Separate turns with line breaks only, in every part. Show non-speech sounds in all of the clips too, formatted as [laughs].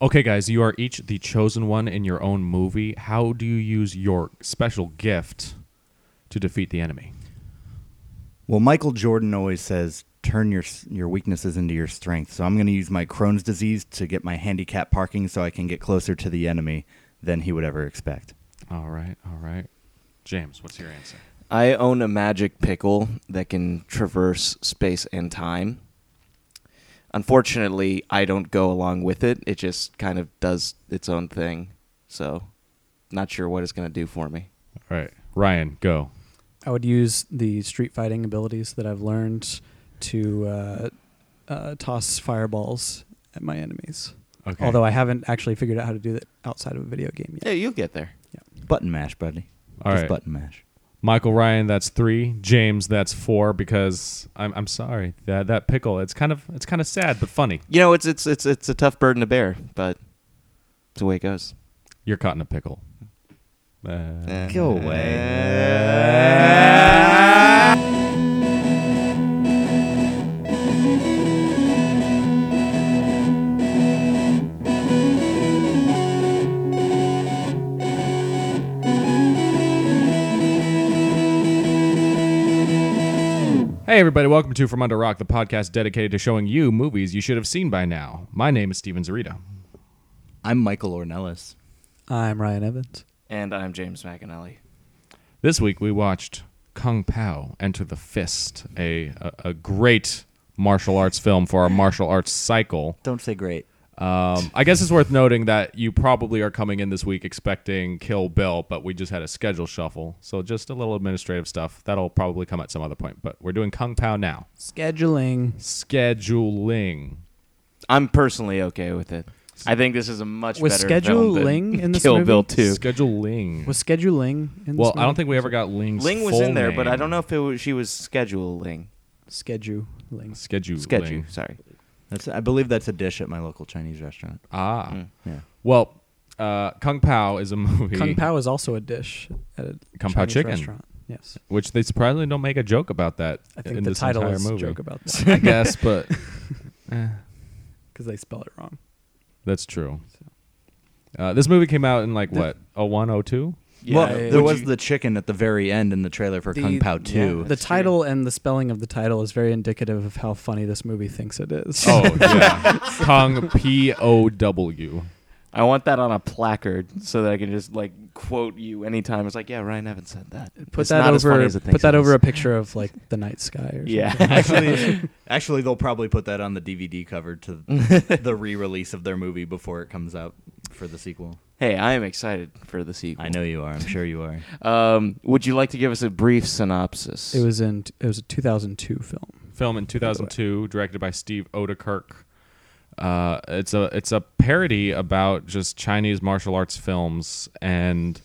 Okay, guys, you are each the chosen one in your own movie. How do you use your special gift to defeat the enemy?
Well, Michael Jordan always says, "Turn your your weaknesses into your strength." So I'm going to use my Crohn's disease to get my handicap parking, so I can get closer to the enemy than he would ever expect.
All right, all right. James, what's your answer?
I own a magic pickle that can traverse space and time. Unfortunately, I don't go along with it. It just kind of does its own thing. So, not sure what it's going to do for me.
All right, Ryan, go.
I would use the street fighting abilities that I've learned to uh, uh, toss fireballs at my enemies.
Okay.
Although I haven't actually figured out how to do that outside of a video game yet.
Yeah, you'll get there.
Button mash, buddy.
all
Just
right.
button mash.
Michael Ryan, that's three. James, that's four. Because I'm, I'm sorry that that pickle. It's kind of it's kind of sad but funny.
You know, it's it's it's it's a tough burden to bear, but it's the way it goes.
You're caught in a pickle. Uh,
Go away.
Hey, everybody, welcome to From Under Rock, the podcast dedicated to showing you movies you should have seen by now. My name is Steven Zarita.
I'm Michael Ornelas.
I'm Ryan Evans.
And I'm James McAnally.
This week we watched Kung Pao Enter the Fist, a, a, a great martial arts film for our martial arts cycle.
Don't say great.
Um, I guess it's worth noting that you probably are coming in this week expecting Kill Bill, but we just had a schedule shuffle. So just a little administrative stuff. That'll probably come at some other point, but we're doing Kung Pao now.
Scheduling.
Scheduling.
I'm personally okay with it. I think this is a much
Was
better
Schedule
film than [laughs]
Ling in this
Kill
movie?
Bill 2.
Scheduling.
Was scheduling in this
well, I don't
movie?
think we ever got Ling's
Ling was
full
in there, but I
name.
don't know if it was, she was scheduling.
scheduling.
Scheduling.
Schedule, sorry.
That's, I believe that's a dish at my local Chinese restaurant.
Ah.
Mm.
Yeah.
Well, uh, Kung Pao is a [laughs] movie.
Kung Pao is also a dish at a
Kung Pao
Chinese
chicken.
restaurant. Yes.
Which they surprisingly don't make a joke about that
I think
in
the
this
title
entire
is a
movie.
joke about
[laughs]
that [laughs]
I guess, but eh,
because they spell it wrong.
that's true.
[laughs]
Uh, this movie came out in like what a one oh two.
well,
yeah,
there
would
was
you-
the chicken at the very end in the trailer for Kung Pao 2.
The title and the spelling of the title is very indicative of how funny this movie thinks it is.
Oh yeah, Kung P O W.
I want that on a placard so that I can just like quote you anytime. It's like, yeah, Ryan Evans said that.
put
It's
that
not
over.
as funny as it
put
thinks
that
it
over
is.
a picture of like the night sky. Or something.
[laughs] yeah.
[laughs]
[laughs]
actually, actually, they'll probably put that on the DVD cover to the re-release of their movie before it comes out for the sequel.
hey, I am excited for the sequel.
I know you are. I'm sure you are.
Um, would you like to give us a brief synopsis?
It was in. It was a 2002 film.
Film in two thousand two, directed by Steve Odekirk. Uh, it's a it's a parody about just Chinese martial arts films, and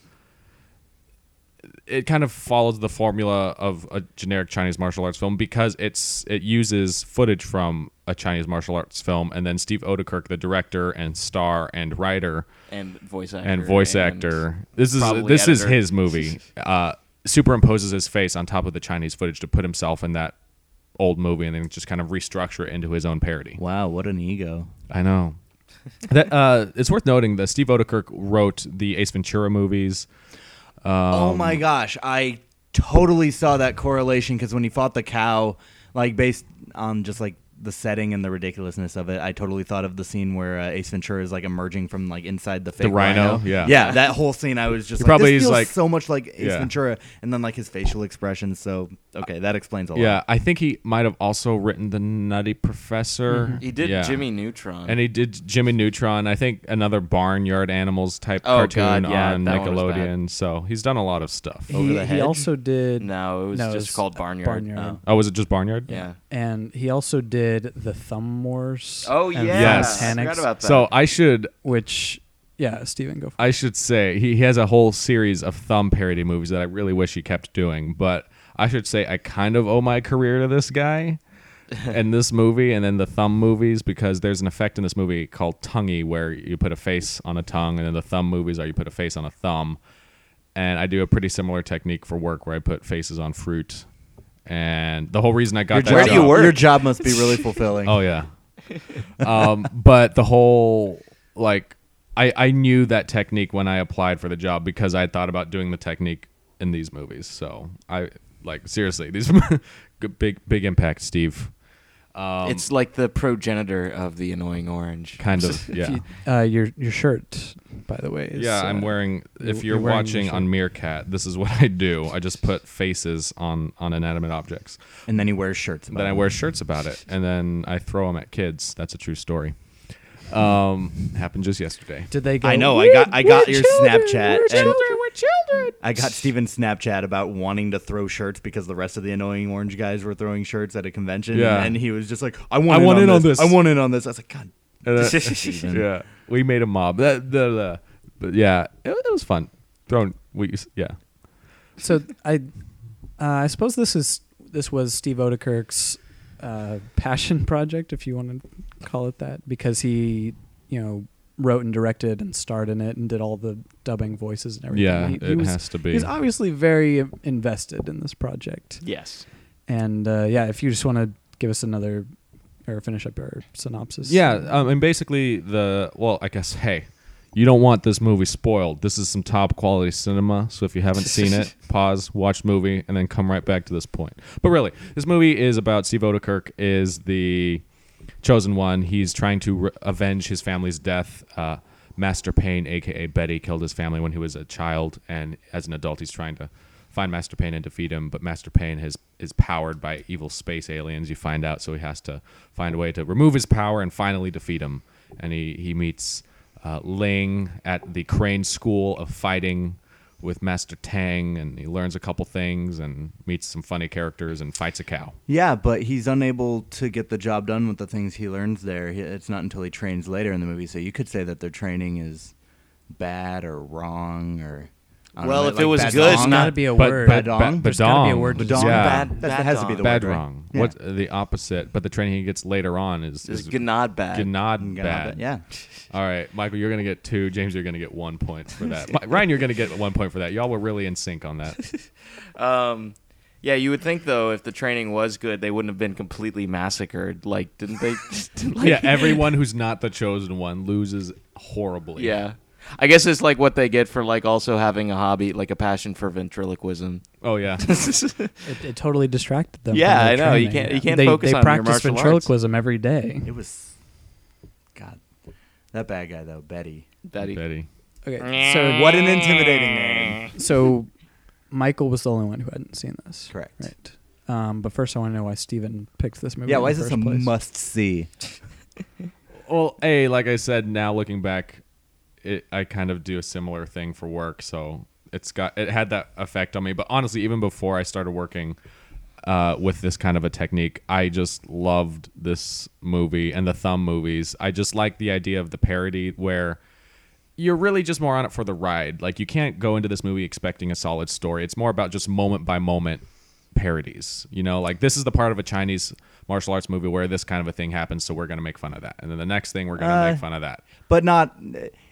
it kind of follows the formula of a generic Chinese martial arts film because it's it uses footage from a Chinese martial arts film, and then Steve Odekirk, the director and star and writer
and voice actor.
and voice
and-
actor, this is
probably
this is
editor.
his movie. Uh, superimposes his face on top of the Chinese footage to put himself in that old movie, and then just kind of restructure it into his own parody.
Wow, what an ego!
I know. [laughs] that uh, it's worth noting that Steve Odekirk wrote the Ace Ventura movies.
oh my gosh, I totally saw that correlation because when he fought the cow, like based on just like the setting and the ridiculousness of it, I totally thought of the scene where uh, Ace Ventura is like emerging from like inside the fake
rhino, yeah.
yeah. That whole scene, I was just like,
probably is
this feels
like-
so much like Ace
yeah.
Ventura, and then like his facial expression. So okay, that
Oh,
explains a lot.
Yeah, I think he might have also written the Nutty Professor.
He did
Yeah.
Jimmy Neutron.
and he did Jimmy Neutron. I think another Barnyard Animals type
Oh,
cartoon
God, yeah,
on
that one was bad.
Nickelodeon. So he's done a lot of stuff.
he,
the
he
hedge?
also did.
no, it was
no,
just
it's
called Barnyard.
Barnyard.
Oh, was it just Barnyard?
Yeah.
And he also did the Thumb Wars.
Oh yeah.
and
Yes.
I
Titanics,
forgot about that.
So I should
which yeah, Steven, go for it.
I should say he, he has a whole series of thumb parody movies that I really wish he kept doing, but I should say I kind of owe my career to this
[laughs]
guy and this movie and then the thumb movies because there's an effect in this movie called tonguey where you put a face on a tongue and then the thumb movies are you put a face on a thumb. And I do a pretty similar technique for work where I put faces on fruit. And the whole reason I got that
Where do
job-
you
[laughs]
work?
Your job must be really fulfilling.
Oh yeah. um, but the whole like I I knew that technique when I applied for the job because I had thought about doing the technique in these movies. So I like seriously these [laughs] good- big big impact, Steve. Um,
it's like the progenitor of the annoying orange.
kind
[laughs]
[laughs]
of yeah.
Uh, your your shirt, by the way. Is,
Yeah,
uh,
I'm wearing. If
you're
you're,
wearing the
watching
shirt.
on Meerkat, this is what I do. I just put faces on on inanimate objects.
And then he wears shirts. about
Then I
him.
wear shirts about it, and then I throw them at kids. That's a true story. Um, happened just yesterday.
Did they? Go,
I know. I got. I got
"We're
your
children,
Snapchat.
we're
and
children, we're children."
I got Steven's Snapchat about wanting to throw shirts because the rest of the annoying orange guys were throwing shirts at a convention.
Yeah.
And he was just like, I want.
I
in
want
on
in on
this.
this.
I want in on this. I was like, God.
[laughs] And, uh, [laughs]
[laughs] Steven.
yeah, we made a mob. That the, the but yeah, it, it was fun. Throwing we yeah.
So I, uh, I suppose this is this was Steve Odekirk's uh, passion [laughs] project, if you want to call it that, because he, you know, wrote and directed and starred in it and did all the dubbing voices and everything.
Yeah,
he, he
it
was,
has to be.
He's obviously very invested in this project,
Yes.
and uh, yeah, if you just want to give us another or finish up your synopsis,
Yeah, um, and basically the well, I guess hey, you don't want this movie spoiled. This is some top quality cinema. So if you haven't seen it, pause, watch the movie, and then come right back to this point. But really, this movie is about Steve Odekirk is the chosen one. He's trying to re- avenge his family's death. Uh, Master Payne, aka Betty, killed his family when he was a child, and as an adult, he's trying to find Master Payne and defeat him. But Master Payne has is powered by evil space aliens. You find out, so he has to find a way to remove his power and finally defeat him. And he he meets uh, Ling at the Crane School of Fighting with Master Tang, and he learns a couple things and meets some funny characters and fights a cow.
Yeah, but he's unable to get the job done with the things he learns there. He- It's not until he trains later in the movie. So you could say that their training is bad or wrong or. I don't
Well,
know,
if
like
it was
bad
good,
There's
dong.
not-
gotta be a
But-
word.
but-
Badong?
but-
There's gotta be a
badong.
word. to
Badong,
describe
Yeah.
it.
bad. That has to be the
Bad
word. right?
wrong.
Yeah.
What the opposite? But the training he gets later on is,
It's
is
Gnod bad.
Gnod
Yeah,
bad.
Yeah.
All right, Michael, you're gonna get two. James, you're gonna get one point for that. Mi- Ryan, you're gonna get one point for that. Y'all were really in sync on that.
Um, yeah, you would think though if the training was good, they wouldn't have been completely massacred. Like, didn't they? [laughs] didn't, like,
yeah, everyone who's not the chosen one loses horribly.
yeah. I guess it's like what they get for like also having a hobby, like a passion for ventriloquism. [laughs] e-
Oh yeah.
It, it totally distracted them. from
Yeah,
their
I know. You
training.
can't- you can't
they,
focus on
they
your
practice
martial arts.
ventriloquism every day.
It was. God. That bad guy, though, Betty.
Betty.
Betty.
Okay, so
What an intimidating name.
Mm. So Michael was the only one who hadn't seen this.
Correct.
Right. Um, but first, I want to know why Steven picked this movie.
Yeah,
in
why
the
is this
first
a
place.
must see?
Well, a like I said, now looking back, it, I kind of do a similar thing for work, so it's got it had that effect on me. But honestly, even before I started working uh, with this kind of a technique, I just loved this movie and the thumb movies. I just like the idea of the parody where you're really just more on it for the ride. Like you can't go into this movie expecting a solid story. It's more about just moment by moment parodies. You know, like this is the part of a Chinese martial arts movie where this kind of a thing happens, so we're gonna make fun of that. And then the next thing we're gonna
Uh,
make fun of that.
But not.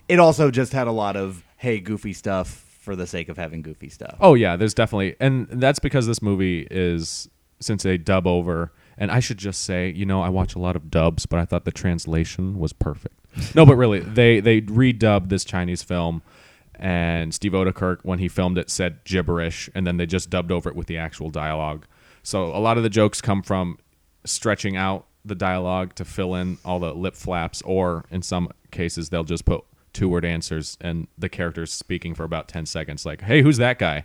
It also just had a lot of, hey, goofy stuff for the sake of having goofy stuff.
Oh yeah, there's definitely, and that's because this movie is since they dub over. And I should just say, you know, I watch a lot of dubs, but I thought the translation was perfect. No, but really, they they redubbed this Chinese film, and Steve Odekirk, when he filmed it, said gibberish, and then they just dubbed over it with the actual dialogue. So a lot of the jokes come from stretching out the dialogue to fill in all the lip flaps, or in some cases, they'll just put two word answers and the character's speaking for about 10 seconds, like, hey, who's that guy?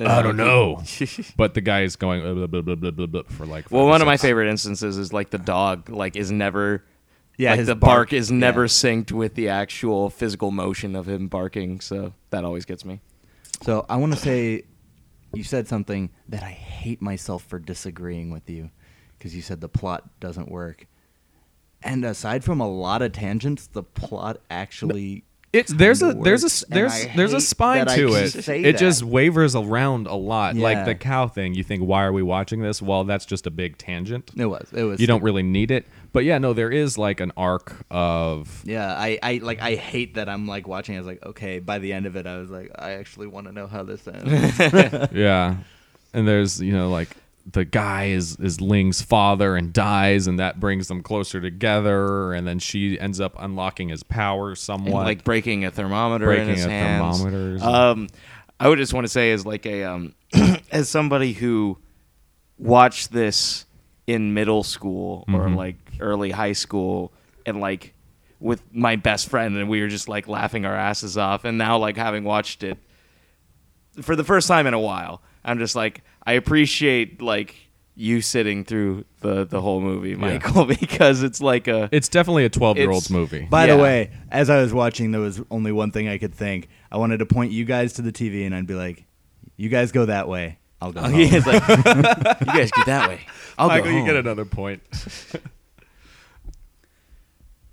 I don't know. [laughs] but the guy is going uh, blah, blah, blah, blah, blah, blah, for like.
Well,
five
one of my
seconds.
favorite instances is like the dog, like is never.
Yeah,
like
his
the
bark-
bark, is never
yeah.
synced with the actual physical motion of him barking, so that always gets me.
So I want to say you said something that I hate myself for disagreeing with you because you said the plot doesn't work. And aside from a lot of tangents, the plot actually
It's there's a
kinda
there's
works,
a
and
there's
I
there's a
hate
spine
that I
to
can
it.
say
It
that.
just wavers around a lot, like
Yeah.
the cow thing. You think, why are we watching this? Well, that's just a big tangent.
it was it was
You don't really need it, but yeah, no, there is like an arc
[laughs]
of
yeah I, I like I hate that I'm like watching I was like okay by the end of it I was like I actually want to know how this ends
yeah, and there's you know like the guy is is Ling's father and dies, and that brings them closer together. And then she ends up unlocking his power
and,
somewhat.
like breaking a thermometer in
Breaking
his
a
hands.
thermometer is-
Um, I would just want to say, as like a um, [clears throat] as somebody who watched this in middle school or
Mm-hmm.
like early high school, and like with my best friend, and we were just like laughing our asses off, and now like having watched it for the first time in a while, I'm just like I appreciate like you sitting through the the whole movie, Michael, [laughs] because it's like a
it's definitely a twelve year old's
It's-
movie.
By
Yeah.
the way, as I was watching, there was only one thing I could think. I wanted to point you guys to the TV, and I'd be like, "You guys go that way. I'll go." home." [laughs]
It's like, you guys get that way. I'll
Michael,
go
you get
home."
another point.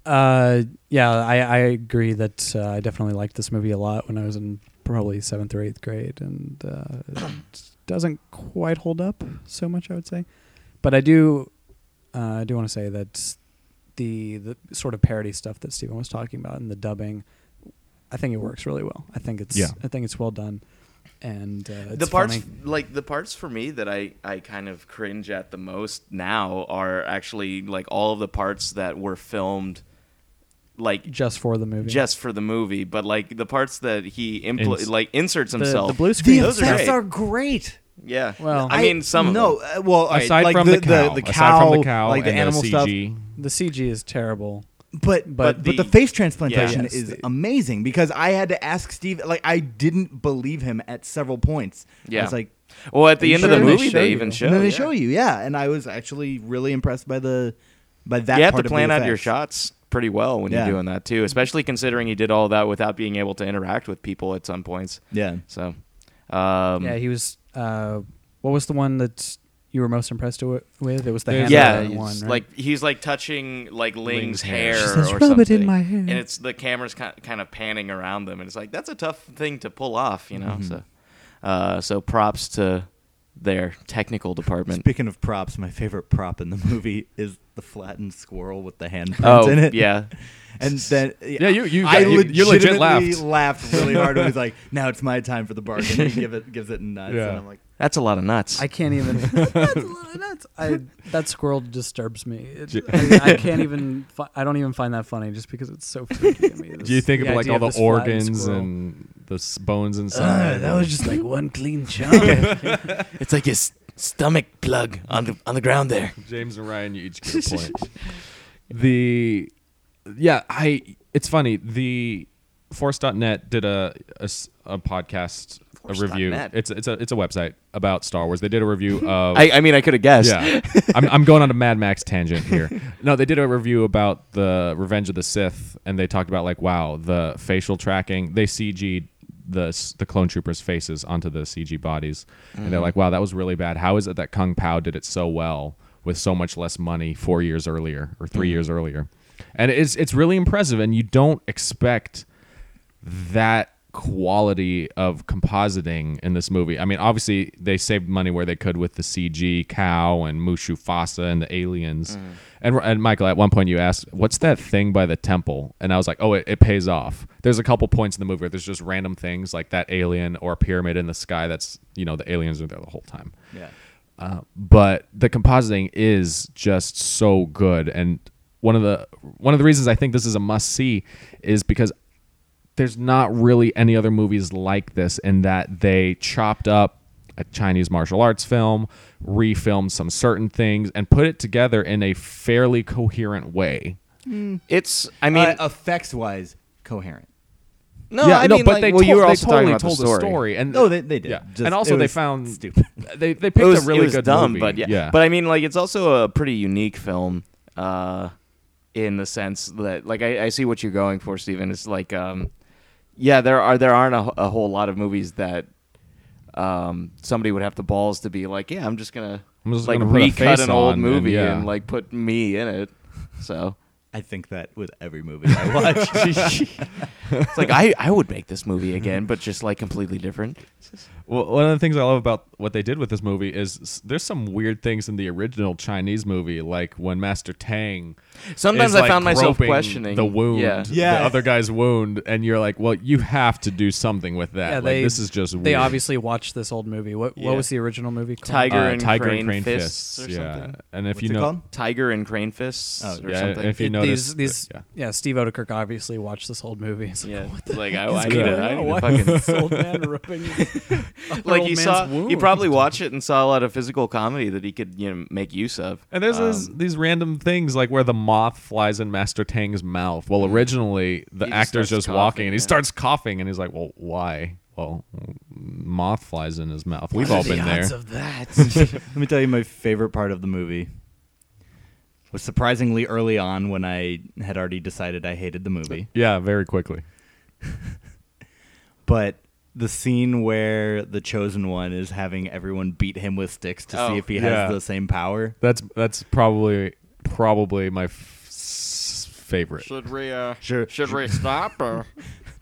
Uh, yeah, I, I agree that uh, I definitely liked this movie a lot when I was in probably seventh or eighth grade, and uh, it doesn't quite hold up so much, I would say. But I do, uh, I do want to say that the the sort of parody stuff that Stephen was talking about and the dubbing, I think it works really well. I think it's,
Yeah.
I think it's well done, and uh, it's
the parts
funny.
like the parts for me that I, I kind of cringe at the most now are actually like all of the parts that were filmed like
just for the movie.
just for the movie, but like the parts that he impl-
Ins-
like inserts
the,
himself.
the blue
The
screen.
Those are
effects
great.
are great.
yeah.
Well-
I mean some
no.
of them.
uh, well, [laughs] all right,
aside
like
from the, cow,
the,
aside
cow,
from the cow,
like the
and
animal
the
stuff.
CG.
the CG is terrible.
But but
But
but the,
the-
face transplantation
yeah.
Yes,
is
the-
amazing because I had to ask Steve. Like I didn't believe him at several points. I
Yeah.
was like,
Well, at the
Are
end
you
of the
sure? They
movie,
show
they
you.
even
And
show.
and then they
yeah.
show you, yeah. And I was actually really impressed by the by that.
you have
part
to plan
of the
out your
effects.
shots pretty well when
Yeah.
you're doing that too, especially considering he did all that without being able to interact with people at some points.
Yeah.
So, um,
yeah, he was. Uh, what was the one that you were most impressed to, with? It was the
There's
hand
a-
yeah,
that
it's
one, right?
like he's like touching like
Ling's
Ling's,
hair.
hair,
She
says,
or
"Rub it in
something,
my hair."
and it's the camera's ki- kind of panning around them, and it's like that's a tough thing to pull off, you know. So, uh, so props to their technical department.
Speaking of props, my favorite prop in the [laughs] movie is the flattened squirrel with the handprints
Oh,
in it.
yeah.
And then yeah,
you- you
I
got- you- you legit
legitimately
laughed.
laughed really hard
[laughs]
when he's like, "Now it's my time for the bargain." And he give it gives it nuts,
Yeah.
and I'm like,
That's a lot of nuts.
I
[laughs]
can't even. that's, a little nuts. I, that squirrel disturbs me. It, I, I can't even. Fi- I don't even find that funny, just because it's so
[laughs]
freaky to me. This-
Do you think
the
of like
idea
all
this
the
flattened
organs
squirrel.
and the s- bones
Uh,
Ugh,
inside?
that was just like
[laughs]
one clean chunk.
it's like his stomach plug on the on the ground there.
James and Ryan, you each
[laughs]
get a point. the yeah, I it's funny. The force.net did a a, s- a podcast a review.
Force.net.
It's it's a it's a website about Star Wars. They did a
[laughs]
review of
I, I mean, I could have guessed.
yeah. I'm, I'm going on a Mad Max tangent here. No, they did a review about the Revenge of the Sith, and they talked about like, wow, the facial tracking. They CG'd the s- the clone troopers' faces onto the CG bodies, and they're like, wow, that was really bad. How is it that Kung Pao did it so well with so much less money four years earlier or 3 years earlier? And it's it's really impressive, and you don't expect that quality of compositing in this movie. I mean, obviously they saved money where they could with the CG cow and Mushu Fasa and the aliens. And, and Michael, at one point you asked, "What's that thing by the temple?" And I was like, "Oh, it, it pays off." There's a couple points in the movie where there's just random things like that alien or a pyramid in the sky. That's you know the aliens are there the whole time
"Yeah,
but the compositing is just so good and one of the one of the reasons I think this is a must see is because there's not really any other movies like this in that they chopped up a Chinese martial arts film, refilmed some certain things and put it together in a fairly coherent way.
It's. I
I uh,
mean,
mean, effects wise, coherent."
no, I mean, like, well,
told-
you were
they
also talking
totally
about
told
the story.
and
No, Oh, they- they did.
Yeah.
Just-
and
it
also they
was
found
stupid. [laughs]
They they picked
it was
a really
it was
good
dumb,
movie.
but yeah. But I mean, like it's also a pretty unique film, uh, in the sense that like I, I see what you're going for, Steven. It's like, um, yeah, there are there aren't a, a whole lot of movies that um somebody would have the balls to be like, yeah, I'm just gonna
I'm just
like
gonna put a
recut
face
an old
on and,
movie and,
yeah.
like put me in it. So
I think that with every movie
[laughs]
I watch.
it's like I I would make this movie again, but just like completely different.
Well, one of the things I love about what they did with this movie is s- there's some weird things in the original Chinese movie, like when Master Tang
Sometimes
is,
I
like,
found myself
groping
questioning
the wound,
Yeah.
the
Yes.
other guy's wound, and you're like, well, you have to do something with that.
Yeah,
like,
they-
this is just
They
weird.
obviously watched this old movie. What
Yeah.
what was the original movie called?
Tiger
Uh,
and
tiger
crane,
and crane
fists,
fists,
or
yeah.
something.
And if
What's
you
it
know,
called?
Tiger and crane fists
Oh,
or
yeah,
something.
if you
It-
notice,
these these
yeah.
yeah. Steve Odekirk obviously watched this old movie.
[laughs]
He's like,
yeah,
what the
like I,
heck
I
is
need
going
a, I
on?
need
Why
a
is
fucking
this old man [laughs] rubbing other
[laughs] like
old
he
man's
saw he
wound?
probably watched it and saw a lot of physical comedy that he could you know make use of
And there's this,
[laughs] Um,
these random things like where the moth flies in Master Tang's mouth. Well, originally the
He just
actor's
starts
just walking
coughing,
and he
yeah.
starts coughing and he's like, "Well, why?" Well, moth flies in his mouth. We've all
The
been there.
odds
[laughs]
of that.
Let me tell you my favorite part of the movie was surprisingly early on when I had already decided I hated the movie.
yeah, very quickly.
But the scene where the chosen one is having everyone beat him with sticks to
Oh,
see if he
yeah.
has the same power.
That's that's probably probably my f- s- favorite.
should we uh
Sure.
should we stop [laughs] or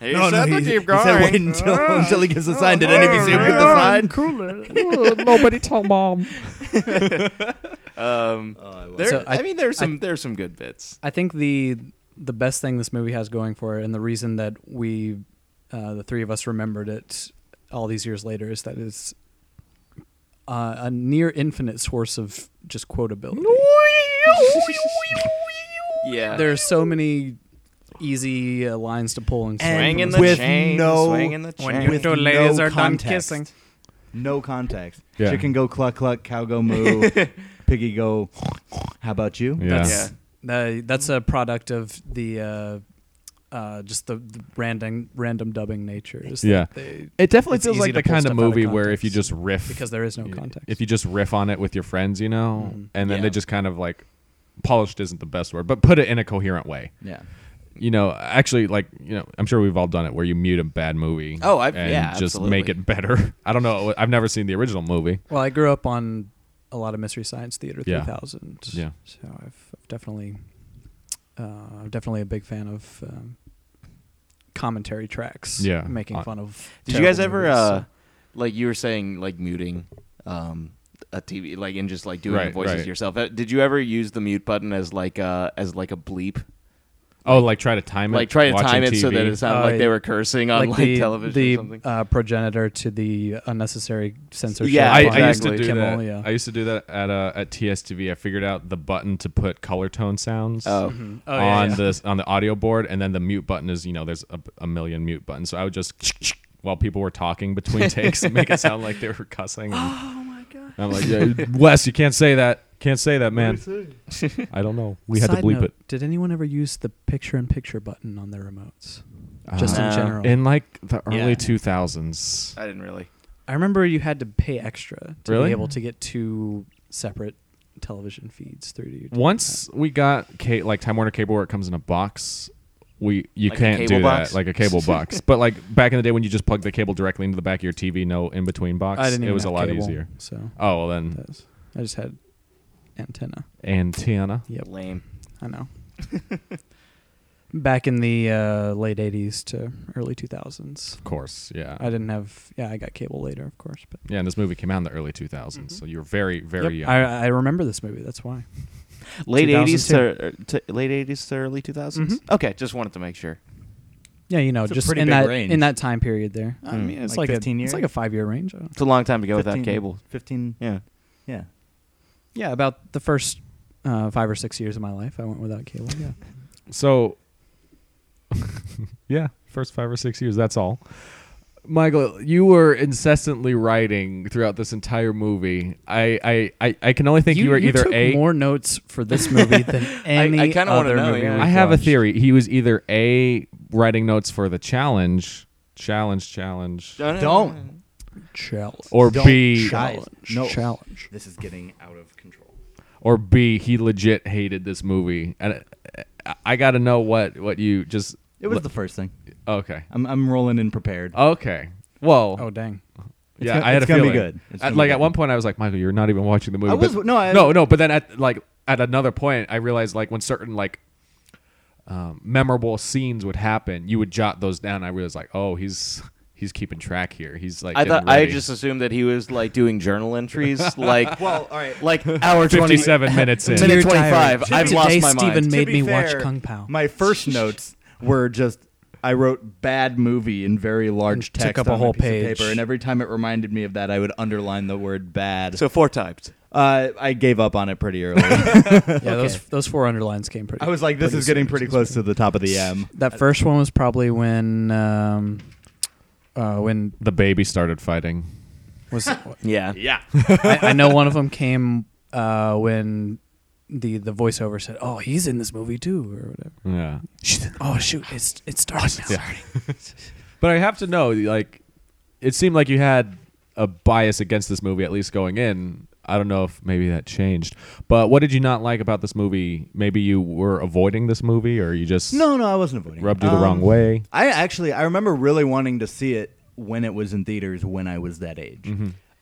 he
No, no,
said to
he,
keep
he
going Oh,
said wait until, [laughs] until he gives the sign. Did any of you see him give the sign?
Nobody tell mom.
[laughs] um there,
So
I,
I-
mean there's some there's some good bits
I think the the best thing this movie has going for it, and the reason that we, uh, the three of us, remembered it all these years later, is that it's uh, a near infinite source of just quotability.
yeah
There's so many easy uh, lines to pull and
And
swing in
swing.
the
with
chain
no-
swing in the
When
chain
you
With
two ladies
no
are done
context.
kissing.
No context.
Yeah.
Chicken go cluck cluck, cow go
[laughs]
moo, piggy go. How about you?
Yeah.
yeah
Uh, that's a product of the uh, uh, just the, the random random dubbing nature. is that
Yeah.
they-
It definitely
It's
feels like
easy to
the
pull
kind
stuff
of
out of
movie where if
context
you just riff
because there is no context.
If you just riff on it with your friends, you know,
Mhm.
and then
Yeah.
they just kind of like polished isn't the best word, but put it in a coherent way.
Yeah.
You know, actually, like you know, I'm sure we've all done it where you mute a bad movie.
Oh, I've-
and
yeah,
just
absolutely.
make it better. [laughs] I don't know. I've never seen the original movie.
Well, I grew up on a lot of Mystery Science Theater
Yeah.
3000.
Yeah.
So I've I've definitely, uh, I'm definitely a big fan of um, commentary tracks.
Yeah.
Making
Uh,
fun of.
Did you guys
terrible
ever,
movies,
uh,
so-
like you were saying, like muting um, a TV, like and just like doing
Right,
the voices
right.
yourself? Uh, Did you ever use the mute button as like a as like a bleep?
Oh, like try to time it.
Like try to time it
watching
so that
TV.
it sounded
Oh,
like they
yeah.
were cursing on like,
the,
television
the
or something.
uh, progenitor to the unnecessary censorship.
Yeah,
I,
on
I used to
Exactly.
do
Kimmel,
that.
Yeah.
I used to do that at uh, at TSTV. I figured out the button to put color tone sounds.
oh,
Oh, yeah,
on
yeah.
the on the audio board, and then the mute button is you know there's a, a million mute buttons. So I would just while people were talking
[laughs]
between takes, make it sound like they were cussing. oh my god! I'm like, yeah, Wes, you can't say that. Can't say that, man. I don't know. We had
Side
to bleep
note,
it
Did anyone ever use the picture-in-picture button on their remotes? Just
Uh,
in general.
in like the
Yeah.
early 2000s.
I didn't really.
I remember you had to pay extra to
Really?
be able to get two separate television feeds through to you.
Once we got ca- like Time Warner cable where it comes in a box. We you
Like a
can't
cable
do
box?
that like a cable
[laughs]
box, but like back in the day when you just plugged the cable directly into the back of your TV, no in between box.
I didn't. Even
it was a
have
lot
cable,
easier.
So
Oh well, then
that's, I just had antenna.
antenna.
Yep,
Lame.
I know. [laughs] Back in the uh, late '80s to early 2000s,
Of course, yeah.
I didn't have. Yeah, I got cable later, of course. But
yeah, and this movie came out in the early 2000s, so you were very, very
Mm-hmm. Yep,
young.
I, I remember this movie. That's why.
Late eighties to, to late eighties to early two Okay, just wanted to make sure.
Yeah, you know,
It's a
just
pretty
in
big
that
range.
in that time period there. I
Mm.
mean, it's
Like
like, a
15
it's
years?
like a five year range. I don't know.
It's a long time to go
15
without cable.
15.
Yeah.
Yeah.
Yeah, about the first uh, five or six years of my life, I went without cable. Yeah. [laughs]
so, yeah, first five or six years, that's all. Michael, you were incessantly writing throughout this entire movie. I, I, I, I can only think you, were either
took
a.
more notes for this movie than any
I kinda wanna
other
know,
movie.
yeah.
we've
I have a
watched.
theory. He was either a writing notes for the challenge, challenge, challenge,
Don't.
Challenge.
or
Don't
B,
shout.
challenge.
No.
Challenge.
This is getting out of control.
or B, he legit hated this movie, and I, I got to know what what you just.
It was the first thing. Uh,
Okay.
I'm, I'm rolling in prepared.
Okay. Well,
Oh dang.
It's
yeah,
gonna-
I had
it's
a
gonna be
feeling.
good. It's
At-
gonna be
like
good.
at one point, I was like, Michael, you're not even watching the movie.
I was-
But-
no, I-
no, no. But then at like at another point, I realized like when certain like um, memorable scenes would happen, you would jot those down. I realized like, oh, he's he's keeping track here. He's like
I
getting
thought I
ready.
just assumed that he was like doing journal entries, like
Well, all right.
like hour twenty
57 minutes in.
Minute
Dear
25.
diary,
I've
today
lost my
Steven
mind.
made
To be
me watch
fair,
Kung Pao. [laughs]
My [laughs] first notes were just I wrote bad movie in very large
And took
text
up a
on my
whole
piece of
page.
paper, and every time it reminded me of that, I would underline the word bad.
So four types.
uh, I gave up on it pretty [laughs] early.
yeah, those those four underlines came pretty.
I was like, this is getting
soon.
pretty close to the top of the M.
That first one was probably when um, uh, when
the baby started fighting.
was
Yeah.
Yeah.
I, I know one of them came uh, when the the voiceover said, "Oh, he's in this movie too," or whatever.
Yeah.
She's- oh shoot, it's it's starting now.
Yeah. but I have to know, like, it seemed like you had a bias against this movie, at least going in. I don't know if maybe that changed. But what did you not like about this movie? Maybe you were avoiding this movie or you just
No, no, I wasn't avoiding. it.
rubbed you the
Um,
wrong way?
I actually I remember really wanting to see it when it was in theaters when I was that age.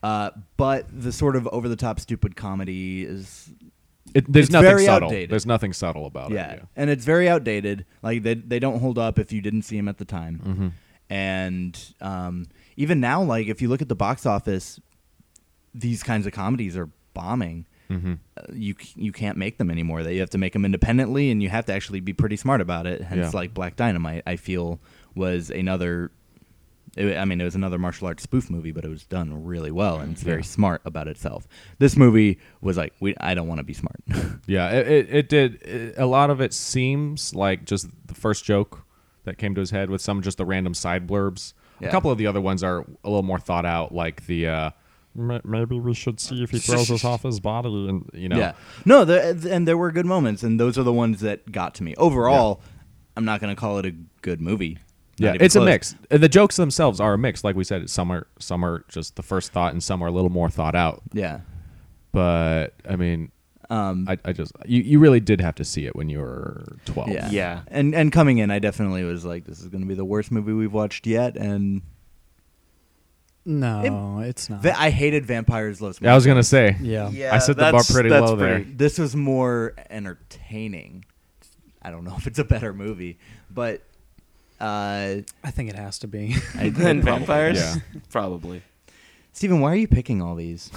Uh, but the sort of over the top stupid comedy is
It, there's
it's
nothing
very
subtle.
outdated.
There's nothing subtle about
yeah.
it.
and it's very outdated. Like they they don't hold up if you didn't see them at the time.
Mm-hmm.
And um, even now, like if you look at the box office, these kinds of comedies are bombing. Mm-hmm. Uh, you c- you can't make them anymore. That you have to make them independently, and you have to actually be pretty smart about it. Hence,
Yeah.
like Black Dynamite, I feel was another. it- I mean, it was another martial arts spoof movie, but it was done really well and it's very
Yeah.
smart about itself. This movie was like, we, I don't want to be smart. [laughs]
Yeah, it, it, it did. It, a lot of it seems like just the first joke that came to his head with some just the random side blurbs. A
Yeah.
couple of the other ones are a little more thought out, like the uh, "M- maybe we should see if he throws [laughs] us off his body, and you know,
Yeah. No, there, and there were good moments, and those are the ones that got to me. Overall, I'm not going to call it a good movie. Not
Yeah,
even
it's a
close.
mix. And The jokes themselves are a mix. Like we said, some are some are just the first thought, and some are a little more thought out.
Yeah.
But I mean,
Um,
I, I just you, you really did have to see it when you were twelve.
yeah.
Yeah.
And and coming in, I definitely was like, this is going to be the worst movie we've watched yet, and
No, it's not.
va- I hated vampires. Loves
Uh-huh. I was gonna say.
yeah.
I set the bar
that's-
pretty
that's
low there.
pretty-
This was more entertaining. I don't know if it's a better movie, but uh,
I think it has to
[laughs]
be.
I,
[laughs] Then
probably-
vampires?
Yeah.
Probably. [laughs]
Stephen, why are you picking
[laughs]
all these?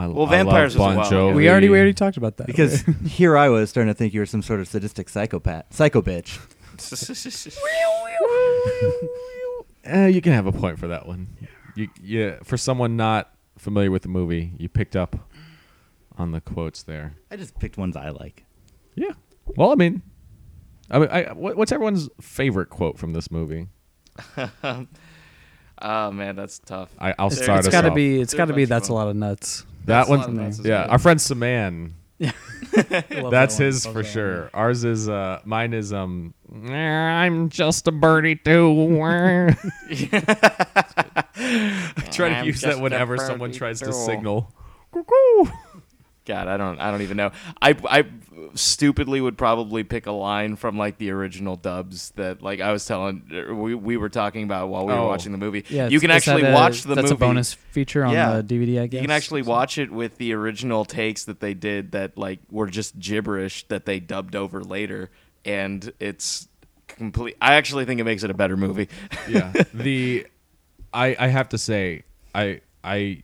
I,
Well,
I love
Vampires was a
Bon
while ago.
Jovi.
we already we
[laughs]
already talked about that
Because
[laughs]
here I was starting to think you were some sort of sadistic psychopath, psycho bitch.
Eh, you can have a point for that one. You, yeah, for someone not familiar with the movie, you picked up on the quotes there.
I just picked ones I like.
Yeah. Well, I mean, I mean, I, what, what's everyone's favorite quote from this movie?
oh man, that's tough.
I, I'll
There's-
start
it's
us
got to
off.
be it's
There's
got to
a
be
bunch of
that's a
them.
lot of nuts.
[laughs]
that
That's a lot
one.
of nuts, isn't
Yeah,
it?
our friend Saman.
I love
That's
that one.
his
Love
for
that one.
sure. Ours is uh mine is um "Eh, I'm just a birdie [laughs] too. I try to
I'm
use
just
that
a
whenever someone
birdie
tries to
too.
signal. Cuckoo.
God, I don't I don't even know. I I stupidly would probably pick a line from like the original dubs that like I was telling we we were talking about while we were
Oh.
watching the movie.
Yeah,
you can
is that
actually
a-
watch the
that's
movie.
a bonus uh, feature on
Yeah.
the DVD. I guess
You can actually watch it with the original takes that they did that like were just gibberish that they dubbed over later and it's complete I actually think it makes it a better movie. [laughs]
[laughs] yeah. The I I have to say I I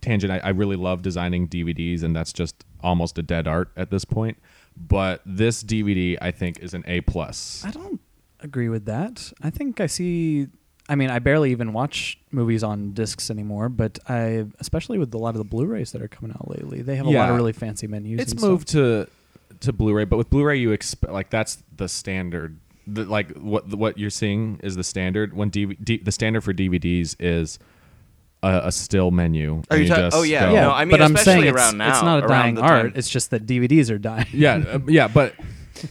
tangent I, I really love designing DVDs and that's just almost a dead art at this point. But this DVD I think is an A plus.
I don't agree with that. I think I see. I mean, I barely even watch movies on discs anymore, but I, especially with a lot of the Blu-rays that are coming out lately, they have a lot
Yeah.
of really fancy menus.
it's
and stuff.
moved to to Blu-ray, but with Blu-ray you expect like that's the standard. The, like what what you're seeing is the standard. When DV, D, the standard for DVDs is a, a still menu.
Are
and
you talking-
just
oh, yeah,
go-
Yeah,
No, I mean,
but I'm
especially
saying it's,
around now,
it's not a
around
dying
the
art.
time-
It's just that DVDs are dying.
yeah, uh, yeah. But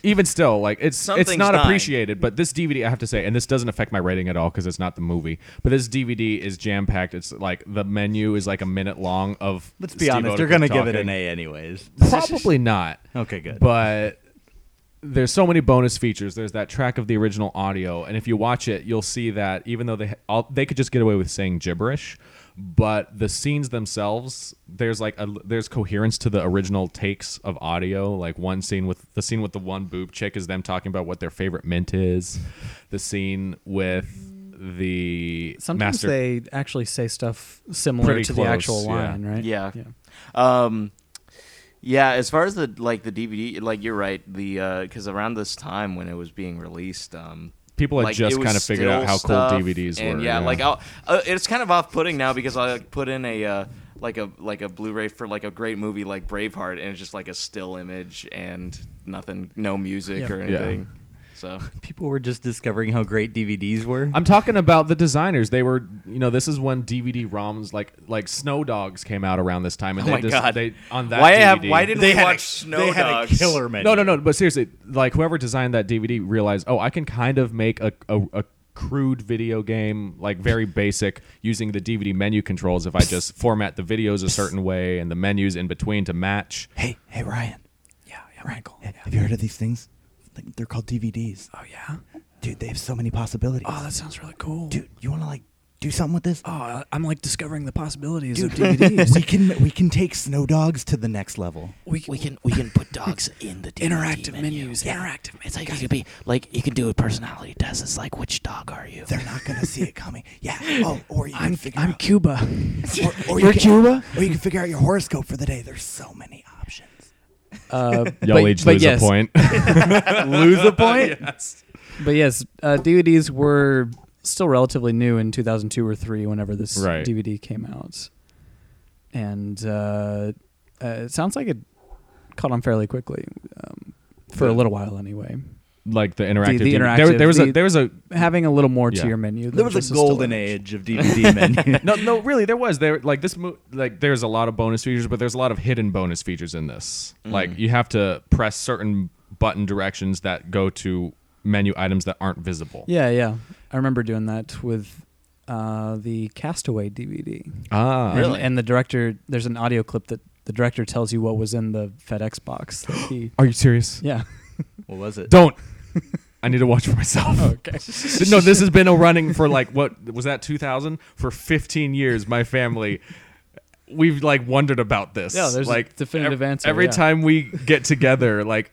even still, like it's it's
Something's
not
dying.
appreciated. But this DVD, I have to say, and this doesn't affect my rating at all because it's not the movie. But this DVD is jam packed. It's like the menu is like a minute long of.
Let's be
Steve
honest, you're
Odekirk
gonna give it
talking.
an A anyways.
Probably not.
Okay, good.
But there's so many bonus features. There's that track of the original audio, and if you watch it, you'll see that even though they all, they could just get away with saying gibberish, but the scenes themselves there's like a, there's coherence to the original takes of audio like one scene with the scene with the one boob chick is them talking about what their favorite mint is the scene with the
[laughs] Sometimes
master
they actually say stuff similar
Pretty
to
close,
the actual
yeah.
line, right?
Yeah.
yeah.
Um, yeah, as far as the like the DVD, like you're right, the because around this time when it was being released, um,
people had
like,
just
it was
kind of figured out
still
how
stuff,
cool DVDs
and
were
Yeah, like I'll, uh, it's kind of off putting now because I like, put in a. Uh, like a like a Blu-ray for like a great movie like Braveheart, and it's just like a still image and nothing, no music
Yeah.
or
Yeah.
anything. So
People were just discovering how great DVDs were.
I'm talking about the designers. They were, you know, this is when DVD ROMs like like Snow Dogs came out around this time, and
Oh
they
my
just
God.
they on that.
why
DVD,
have why didn't
They
we
had a-
watch Snow
they had
Dogs?
a killer menu.
No, no, no. But seriously, like whoever designed that DVD realized, oh, I can kind of make a a, a crude video game, like very basic, using the DVD menu controls. If I just format the videos a certain way and the menus in between to match.
Hey, hey, Ryan.
Yeah, yeah, Ryan Cole.
Hey,
Yeah.
Have you heard of these things? Like, They're called DVDs.
Oh yeah.
Dude, they have so many possibilities.
Oh, that sounds really cool.
Dude, you want to like do something with this?
Oh, I- I'm like discovering the possibilities of
we
[laughs]
DVDs.
can we can take snow dogs to the next level.
we, we can
we can
[laughs]
put dogs in the DVD
interactive
menu.
menus. Interactive menus.
It's like you could be like you can do a personality test. It's like which dog are you?
They're not gonna see it coming.
[laughs]
Yeah. Oh, or you can
I'm
figure
I'm
out.
Cuba.
[laughs] Or, or
You're
can,
Cuba?
Or you can figure out your horoscope for the day. There's so many options.
Uh,
Y'all
but-
each
but
lose
yes,
a point.
[laughs] Lose a point.
But yes, uh, DVDs were still relatively new in 2002 or 3 whenever this
Right.
DVD came out. And uh, uh, it sounds like it caught on fairly quickly um, for a
The-
little while anyway.
like the interactive.
The- the
DVD. There,
interactive,
there was a
the-
there was a
Having a little more
Yeah.
to your menu.
[laughs] There
than
was a
just
golden
still image.
age of DVD menu.
[laughs]
no, no, really, there was there like this. Mo- like, there's a lot of bonus features, but there's a lot of hidden bonus features in this. Like, you have to press certain button directions that go to menu items that aren't visible.
Yeah, yeah. I remember doing that with uh, the Castaway DVD.
Ah,
And- And, the director, there's an audio clip that the director tells you what was in the FedEx box. That
[gasps]
he,
are you serious?
yeah.
[laughs] what was it?
Don't. [laughs] I need to watch for myself.
[laughs] Okay.
no, this has been a running for like what was that 2000 for 15 years. My family, we've like wondered about this.
Yeah, there's a
like
definitive answer,
Every
yeah.
time we get together, like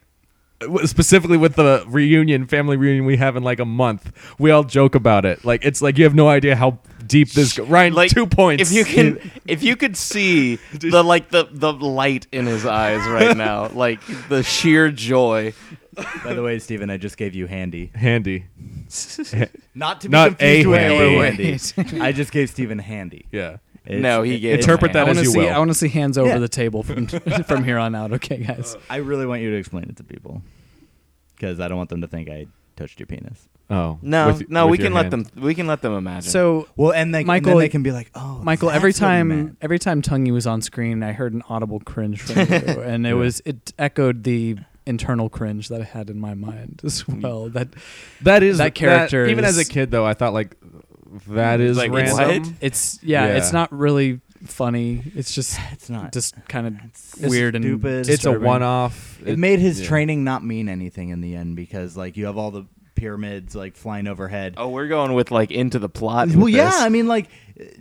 w- specifically with the reunion, family reunion we have in like a month, we all joke about it. Like it's like you have no idea how deep this. Go- Ryan,
like
two points.
If you [laughs] can, if you could [laughs] see the like the the light in his eyes [laughs] right now, like the sheer joy.
By the way, Steven, I just gave you handy.
handy.
Not to be
Not a
confused with [laughs]
handy.
handy. I just gave Steven handy.
Yeah.
It's-
No, he
it-
gave
it's-
Interpret
a
that
I
as
want to
you
see.
will.
I want to see hands over
Yeah.
the
[laughs]
table from [laughs] from here on out. Okay, guys.
I really want you to explain it to people because I don't want them to think I touched your penis.
oh
No,
with-
no,
with
we
your hand.
can let them. We can let them imagine.
so,
Well, and they, Michael,
Michael-
they can be like, "Oh,
Michael, every
that's what he
time
meant.
every time Tungy was on screen, I heard an audible cringe from you,
[laughs]
and it was it echoed the internal cringe that I had in my mind as
Mm.
well. That
That is
That character
even
is-
as a kid, though, I thought like that is
Like,
random.
what?
it's yeah,
Yeah.
it's not really funny. It's just
[sighs] it's not.
just kind of
it's
weird and
stupid.
It's a
disturbing.
one-off.
it made his
yeah.
training not mean anything in the end because like you have all the pyramids like flying overhead. Uh,
oh, we're going with like into the plot.
Well,
with
yeah,
this.
I mean, like,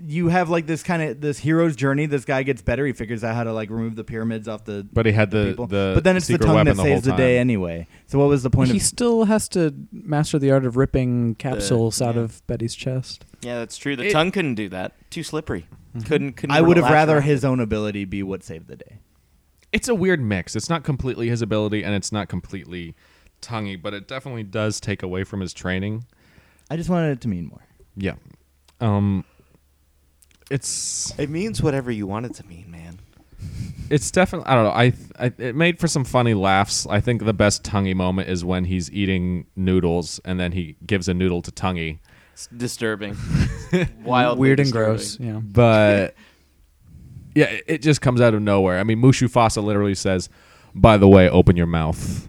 you have like this kind of this hero's journey. This guy gets better. He figures out how to like remove the pyramids off the.
But he had the
people.
the
but then it's the
secret
tongue
weapon
that
the
saves
whole
the day anyway. So what was the point
he
of?
still has to master the art of ripping capsules out
yeah.
of Betty's chest.
yeah, that's true. The
It-
tongue couldn't do that. Too slippery. Couldn't. couldn't
I would have
relax
rather
around
his
it.
own ability be what saved the day.
It's a weird mix. It's not completely his ability, and it's not completely tonguey, but it definitely does take away from his training.
I just wanted it to mean more.
Yeah. Um. It's
It means whatever you want it to mean, man.
it's definitely I don't know. I, I it made for some funny laughs. I think the best tonguey moment is when he's eating noodles and then he gives a noodle to tonguey.
It's disturbing. [laughs] Wild.
Weird and gross. Yeah.
but yeah, it- it just comes out of nowhere. I mean, Mushu Fasa literally says, "By the way, open your mouth,"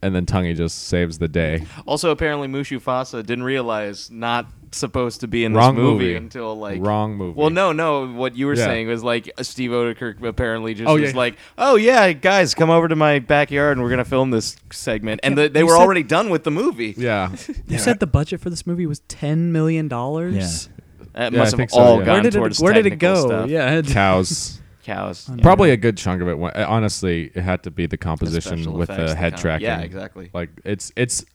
and then Tungi just saves the day.
Also, apparently, Mushu Fasa didn't realize not supposed to be in
Wrong
this movie,
movie.
until like
Wrong movie.
Well, no, no. What you were
Yeah.
saying was like Steve Odekirk apparently just
Oh,
was
yeah.
like, "Oh yeah, guys, come over to my backyard and we're gonna film this segment," and
Yeah,
the, they
you
were
said-
already done with the movie.
Yeah,
You said the budget for this movie was ten million dollars.
That
Yeah, I
must have
think so,
all
yeah.
gone
where did
towards
it, where did it
technical
go?
stuff.
[laughs] Yeah, it-
Cows.
Cows.
[laughs]
Yeah.
Probably a good chunk of it. Went, honestly, it had to be the composition
Special
with
effects,
the head
kind of-
tracking.
Yeah, exactly.
Like it's it's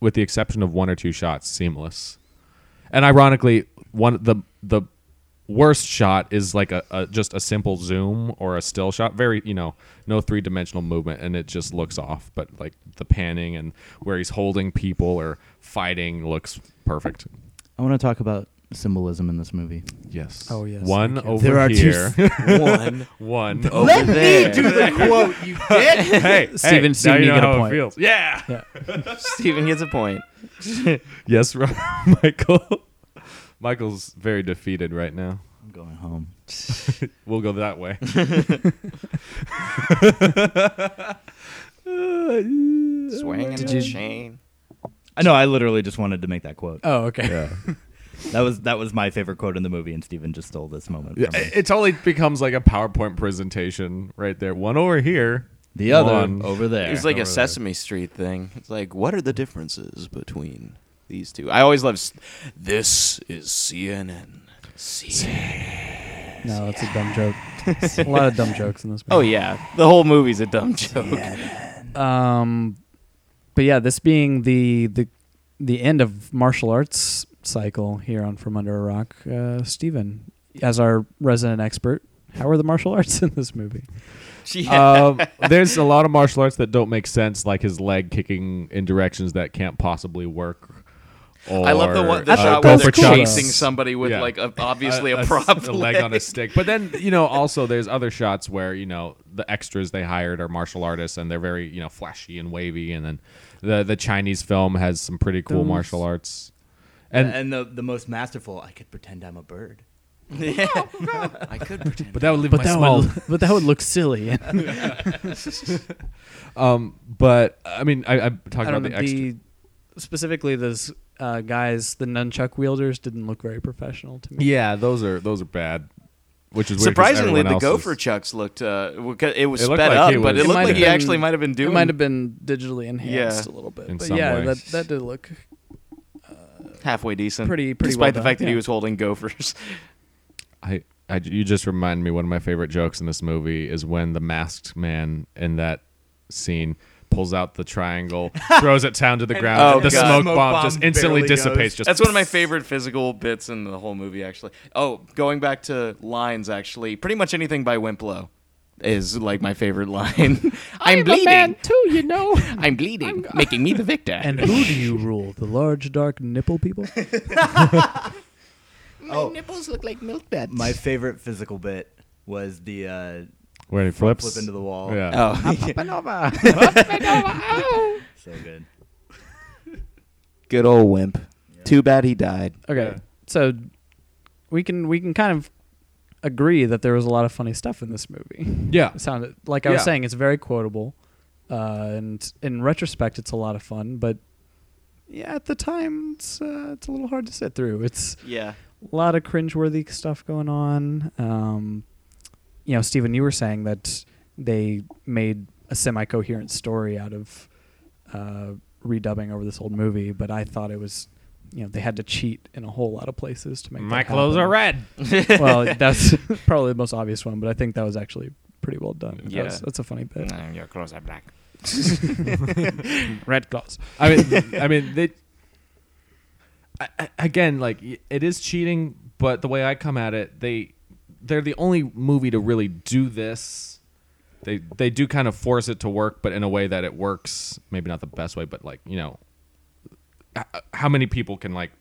with the exception of one or two shots, seamless. And ironically, one the the worst shot is like a, a just a simple zoom or a still shot. Very you know no three dimensional movement, and it just looks off. But like the panning and where he's holding people or fighting looks perfect.
I want to talk about symbolism in this movie.
Yes.
Oh, yes,
One
thank you.
over
There are two
here.
[laughs]
One.
one.
Let me do [laughs]
the quote, you dick.
[laughs] Hey,
Steven-
hey,
Steven,
now you
you
know
get a
how it
point.
feels. Yeah.
Steven gets a point.
Yes, [laughs] Ro- Michael. Michael's very defeated right now.
I'm going home.
We'll go that way.
Swinging
Did
the
you-
chain.
I know. I literally just wanted to make that quote.
Oh, okay.
[laughs] That was that was my favorite quote in the movie, and Steven just stole this moment.
Yeah,
From me.
it it totally becomes like a PowerPoint presentation right there. One over here.
The other
one.
over there.
It's like
over
a
there.
Sesame Street thing. It's like, what are the differences between these two? I always love. s- This is CNN. CNN.
No, that's a dumb joke. [laughs] a lot of dumb jokes in this.
Oh
Movie.
yeah, the whole movie's a dumb joke.
Um, but yeah, this being the the the end of martial arts cycle here on From Under a Rock, uh, Stephen, as our resident expert, how are the martial arts [laughs] in this movie?
[laughs] Um, there's a lot of martial arts that don't make sense, like his leg kicking in directions that can't possibly work. Or,
I love the one the
uh,
shot
go
where
that's
for
they're
cool.
chucks.
chasing somebody with
Yeah.
like
[laughs]
a, obviously a,
s-
prop
a leg on a stick. But then you know, also there's other shots where you know the extras they hired are martial artists, and they're very you know flashy and wavy. And then the the Chinese film has some pretty cool
Those-
martial arts.
and,
And
the the most masterful. I could pretend I'm a bird.
I could pretend.
but that would leave
But
my
that
small.
would [laughs] but that would look silly. I
Um, but I mean, I, I'm talking
don't
about
know
the extra.
the specifically those uh, guys, the nunchuck wielders, didn't look very professional to me.
yeah, those are those are bad. Which is weird 'cause
Surprisingly,
everyone
the
else
gopher
is-
chucks looked. Uh, w- 'cause it was
It looked
sped
like
up,
he
but
was-
it
It
looked
might
like
have
he
been-
actually might have been doing.
It might have been digitally enhanced
Yeah.
a little bit,
In
but
some
yeah,
way.
that that did look
halfway decent.
Pretty- pretty
Despite
well
the fact
done,
that he
yeah.
was holding gophers.
I, I, you just remind me one of my favorite jokes in this movie is when the masked man in that scene pulls out the triangle, throws it down to the ground,
Oh,
and the
God.
smoke,
Smoke
bomb,
bomb
just instantly
barely
dissipates. Just
goes.
[laughs] That's one of my favorite physical bits in the whole movie, actually. Oh, going back to lines, actually, pretty much anything by Wimplow is like my favorite line. [laughs] I'm, bleeding.
too, you know.
[laughs] I'm bleeding, making me the victor. [laughs]
and who do you rule? The large dark nipple people?
Oh.
nipples look like milk duds.
My favorite physical bit was the uh,
where he flips
flip into the wall.
Yeah.
oh,
So good.
good old Wimp. Too bad he died.
[laughs] Okay,
Yeah.
so we can we can kind of agree that there was a lot of funny stuff in this movie.
yeah.
It sounded like I was
Yeah.
saying it's very quotable, uh, and in retrospect, it's a lot of fun. But yeah, at the time, it's uh, it's a little hard to sit through. It's
Yeah.
a lot of cringeworthy stuff going on. Um, you know, Stephen, you were saying that they made a semi-coherent story out of uh, redubbing over this old movie, but I thought it was, you know, they had to cheat in a whole lot of places to make.
My
that
clothes
happen.
are red.
[laughs] well,
[laughs]
that's probably the most obvious one, but I think that was actually pretty well done. That
Yeah.
was- that's a funny bit.
Your clothes are black.
Red gloves.
I
[laughs]
mean, I mean, they. I, I, again, like y- it is cheating, but the way I come at it, they they're the only movie to really do this. They they do kind of force it to work, but in a way that it works. Maybe not the best way, but like you know, h- how many people can like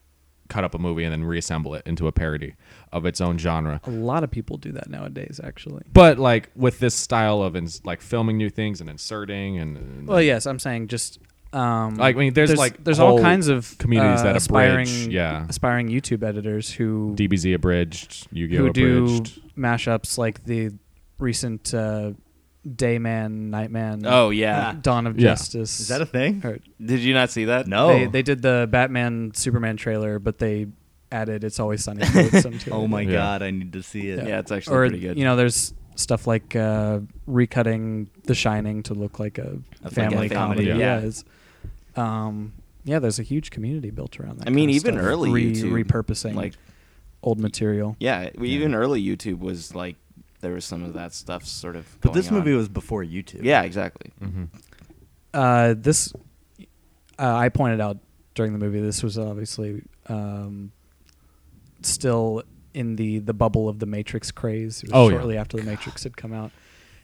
cut up a movie and then reassemble it into a parody of its own genre?
A lot of people do that nowadays, actually.
But like with this style of ins- like filming new things and inserting and, and
Well, yes, I'm saying just um,
Like, I mean, there's, like,
there's
whole
all kinds of
communities
uh,
that
aspiring
abridge, yeah.
aspiring YouTube editors who
DBZ abridged, Yu-Gi-Oh
who do
abridged.
mashups like the recent uh, Dayman, Nightman,
Oh, yeah.
Dawn of
Yeah.
Justice.
Is that a thing? Oh.
Or-
Did you not see that?
No.
They they did the Batman Superman trailer, but they added "It's Always Sunny." in
[laughs]
Blotsome to it.
Oh my
Yeah.
god, I need to see it.
Yeah, it's actually
Or
pretty good.
you know, there's stuff like uh, recutting The Shining to look like a
A
family
family
comedy.
comedy,
yeah.
it's- um, yeah, there's a huge community built around that.
I mean,
kind of
even
stuff.
early
Re-
YouTube,
repurposing
like-
old material.
Yeah, we, even early YouTube was like there was some of that stuff sort of.
But this
going on.
movie was before YouTube.
Yeah, exactly.
Uh, this uh, I pointed out during the movie. This was obviously um, still in the the bubble of the Matrix craze. It was
Oh, yeah.
shortly after the Matrix had come out,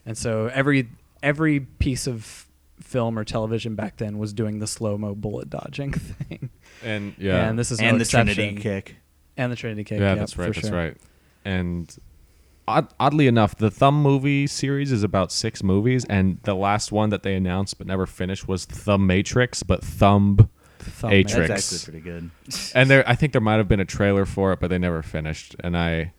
and so every every piece of film or television back then was doing the slow mo bullet dodging [laughs] thing.
And yeah,
and this is no
and the
exception.
Trinity kick.
and the Trinity kick.
yeah,
yep,
that's
for
right, that's
sure.
right. And odd, oddly enough, the Thumb movie series is about six movies, and the last one that they announced but never finished was Thumb Matrix, but Thumb.
Thumb
A
Matrix.
That's
Tricks.
actually pretty good.
and there I think there might have been a trailer for it, but they never finished. And I,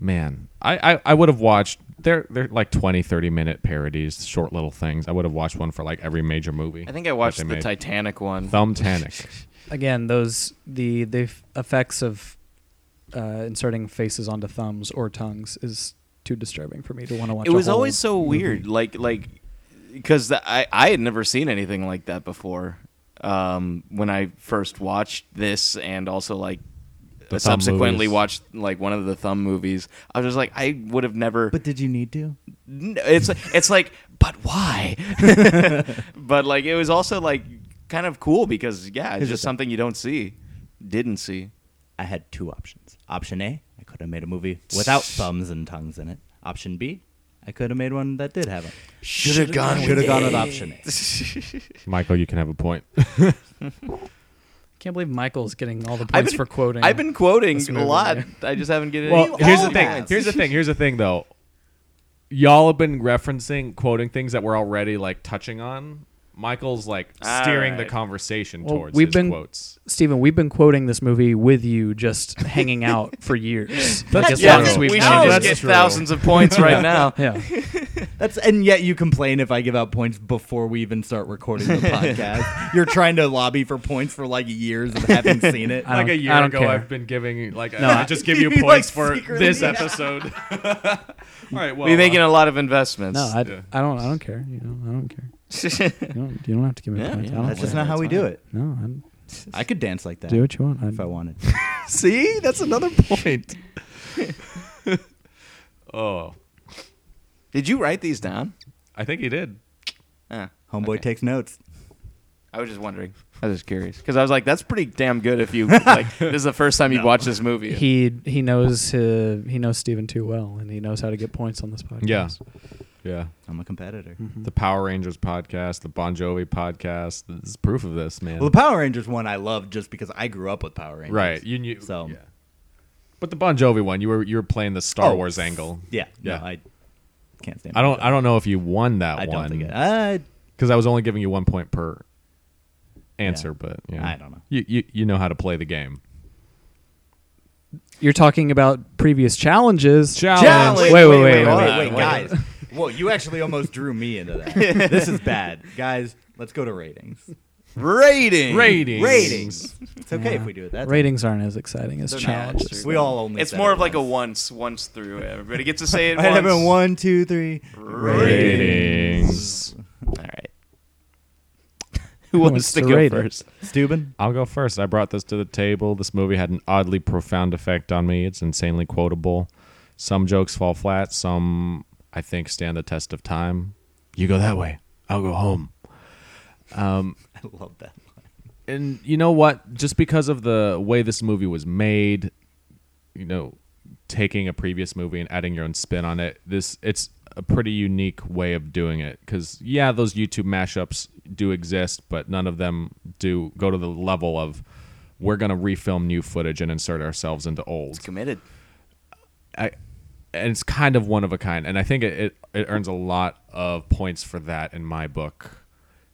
man, I I, I would have watched. They're they're like 20, 30 minute parodies, short little things. I would have watched one for like every major movie.
I think I
that
watched
they
the
made.
Titanic one. [laughs]
Thumbtanic.
again those the the f- effects of uh, inserting faces onto thumbs or tongues is too disturbing for me to want to watch.
it
a
was
whole
always so
movie.
weird like like because I, I had never seen anything like that before um, when i first watched this and also like
The Thumb
subsequently
movies.
watched like one of the thumb movies i was just like i would have never
But did you need to?
N- it's it's like but why [laughs] but like it was also like kind of cool because yeah it's
Here's the
just
thing.
something you don't see didn't see
I had two options. Option A, I could have made a movie without thumbs and tongues in it. Option B, I could have made one that did have them.
should have gone
Should have gone with option A.
Michael, you can have a point.
Can't believe Michael's getting all the
I've
points
been,
for quoting.
I've been quoting
this
a
movie,
lot.
yeah.
I just haven't given.
Well,
any
here's the
all
thing.
have.
Here's the thing. Here's the thing, though. Y'all have been referencing, quoting things that we're already like touching on. Michael's like
All
steering the
right.
conversation
Well,
towards
we've
his
been-
quotes.
Stephen. We've been quoting this movie with
[laughs]
you, just hanging out for years.
That's
Like, as
Yeah,
long as
true.
we
we've
should
No,
known
just
that's
each
get
true.
thousands of
[laughs]
points right now.
other.
[laughs]
Yeah,
That's and yet you complain if I give out points before we even start recording the podcast. You're trying to lobby for points for like years of having seen it.
I
Like a
don't-
year
I don't
ago,
care.
I've been giving like
No,
I,
I-
just give you
He, like,
points for
secretly-
this episode. [laughs] All right, well,
We're making
uh,
a lot of investments.
no, I,
[laughs]
Yeah.
I don't. I don't care. You know, I don't care. You don't, you don't have to give me
Yeah,
points.
yeah,
I don't
That's just
care.
not how we do it.
No, I
I could dance like that
do what you want. I,
if I wanted.
See, that's another [laughs]
[laughs]
point. oh,
Did you write these down?
I think he did.
Uh,
Homeboy
okay.
takes notes.
I was just wondering. I was just curious because I was like, "That's pretty damn good." If you like, this is the first time you've watched this movie.
he he knows his, he knows Steven too well, and he knows how to get points on this podcast.
Yeah. Yeah,
I'm a competitor.
the Power Rangers podcast, the Bon Jovi podcast this is proof of this, man.
Well, the Power Rangers one I love just because I grew up with Power Rangers.
right? You knew.
So-
yeah. But the Bon Jovi one, you were you were playing the Star
Oh,
Wars angle.
Yeah. Yeah.
Yeah.
I can't stand.
I don't I don't know if you won that
I
one
don't think it. I,
because I was only giving you one point per answer, but you know,
I don't know.
You, you you know how to play the game.
You're talking about previous challenges.
Challenge. Challenge.
Oh, Wait, wait, wait, wait,
wait,
wait,
wait, guys. Whoa, you actually almost drew me into
[laughs]
that. this is bad, guys. Let's go to ratings.
Rating.
Ratings.
Ratings. It's okay
Yeah.
if we do it that.
Ratings aren't as exciting as
They're not, it's
challenges.
true.
Time. We all only.
It's
said
more
it
of like a
once.
once, once through. Everybody gets to say
[laughs]
it
All right,
once.
everyone. One, two, three.
Ratings.
All right. [laughs] Who wants to,
to
go
rate it?
first?
Steuben.
I'll go first. I brought this to the table. This movie had an oddly profound effect on me. It's insanely quotable. Some jokes fall flat, some I think stand the test of time. You go that way, I'll go home.
I love that. line.
And you know what? Just because of the way this movie was made, you know, taking a previous movie and adding your own spin on it, this it's a pretty unique way of doing it cuz yeah, those YouTube mashups do exist, but none of them do go to the level of we're going to refilm new footage and insert ourselves into old.
It's committed.
I, and it's kind of one of a kind, and I think it, it it earns a lot of points for that in my book.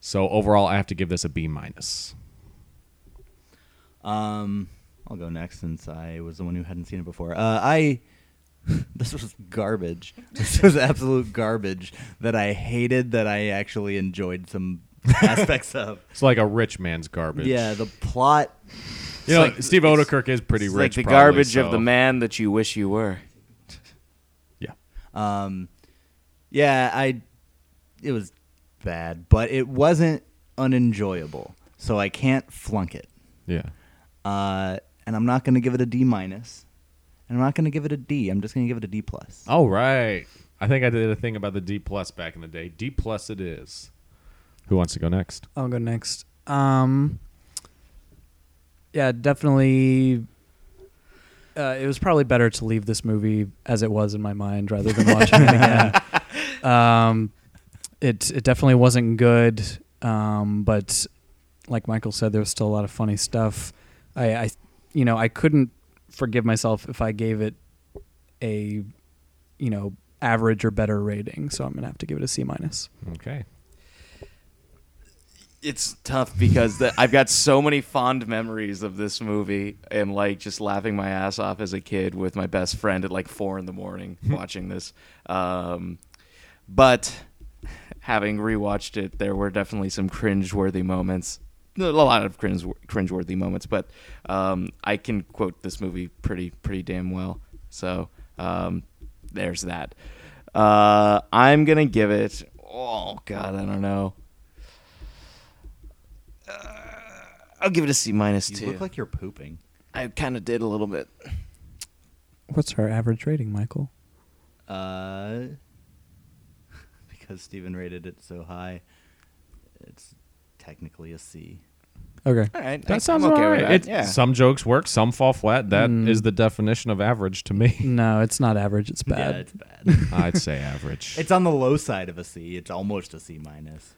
So overall, I have to give this a B minus.
Um, I'll go next since I was the one who hadn't seen it before. Uh, I [laughs] this was garbage. This was absolute garbage that I hated. That I actually enjoyed
[laughs]
some aspects of.
It's like a rich man's garbage.
Yeah, the plot.
you know,
it's like-
Steve
it's-
Odekirk is pretty
It's
rich.
like the
probably,
garbage
so-
of the man that you wish you were.
Yeah,
Um, yeah, I. It was bad, but it wasn't unenjoyable. so I can't flunk it.
Yeah.
Uh, and I'm not going to give it a D minus, and I'm not going to give it a D. I'm just going to give it a D plus.
All right. I think I did a thing about the D plus back in the day. D plus it is. Who wants to go next?
I'll go next. Um, yeah, definitely. Uh, it was probably better to leave this movie as it was in my mind rather than watching it [laughs] again. Um, it it definitely wasn't good, um, but like Michael said, there was still a lot of funny stuff. I, I you know, I couldn't forgive myself if I gave it a, you know, average or better rating. So I'm gonna have to give it a C minus.
Okay.
it's tough because the, I've got so many fond memories of this movie and like just laughing my ass off as a kid with my best friend at like four in the morning watching this. Um, but having rewatched it, there were definitely some cringe-worthy moments. A lot of cringe cringe-worthy moments, but um, I can quote this movie pretty pretty damn well. So um, there's that. Uh, I'm gonna give it. Oh God, I don't know. I'll give it a C minus
You
two.
look like you're pooping.
I kind of did a little bit.
What's our average rating, Michael?
Uh, [laughs] because Steven rated it so high, it's technically a C.
Okay.
All right,
That sounds okay
with that. yeah.
Some jokes work, some fall flat. That is
Mm.
the definition of average to
[laughs]
me. [laughs]
No, it's not average. It's bad.
Yeah, it's bad.
I'd say average.
[laughs] it's on the low side of a C. It's almost a C minus.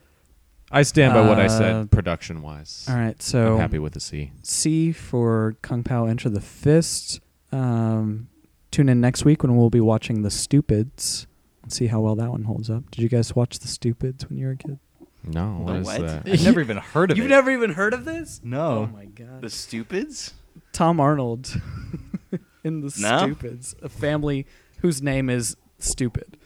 I stand by what I
Uh,
said production wise.
All right,
I'm
so
happy with the C.
C for Kung Pao Enter the Fist. Um, tune in next week when we'll be watching The Stupids and see how well that one holds up. Did you guys watch The Stupids when you were a kid?
No, what
The
is
what?
that?
I've never even heard of it.
even heard of this? Oh,
No.
my god.
The stupids?
Tom Arnold [laughs] in The
No?
Stupids, a family whose name is Stupid.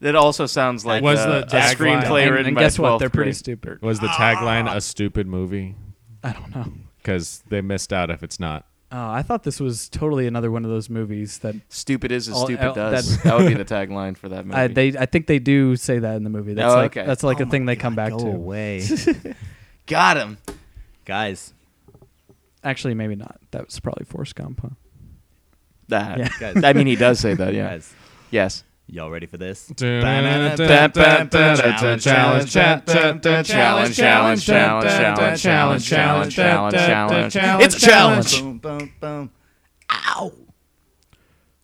That also sounds like uh,
Was
a,
the
a
tagline-
screenplay
And-
written
and
by
guess what?
12th
They're pretty
grade.
stupid.
Was the tagline a stupid movie?
I
[laughs]
don't know.
Because they missed out if it's not.
Oh, I thought this was totally another one of those movies that
Stupid is as
All-
stupid
all-
does.
that's-
That would be the tagline for that movie.
I, they I think they do say that in the movie. That's
Oh,
like
okay.
that's like
Oh
a thing
my
they come back
God,
to.
Go away,
[laughs]
Got him.
guys.
Actually, maybe not. That was probably Forrest Gump. Huh?
That.
Yeah.
Guys,
I mean, he does say that, yeah.
guys.
Yes.
Y'all ready for this?
It's a challenge.
Boom, boom, boom.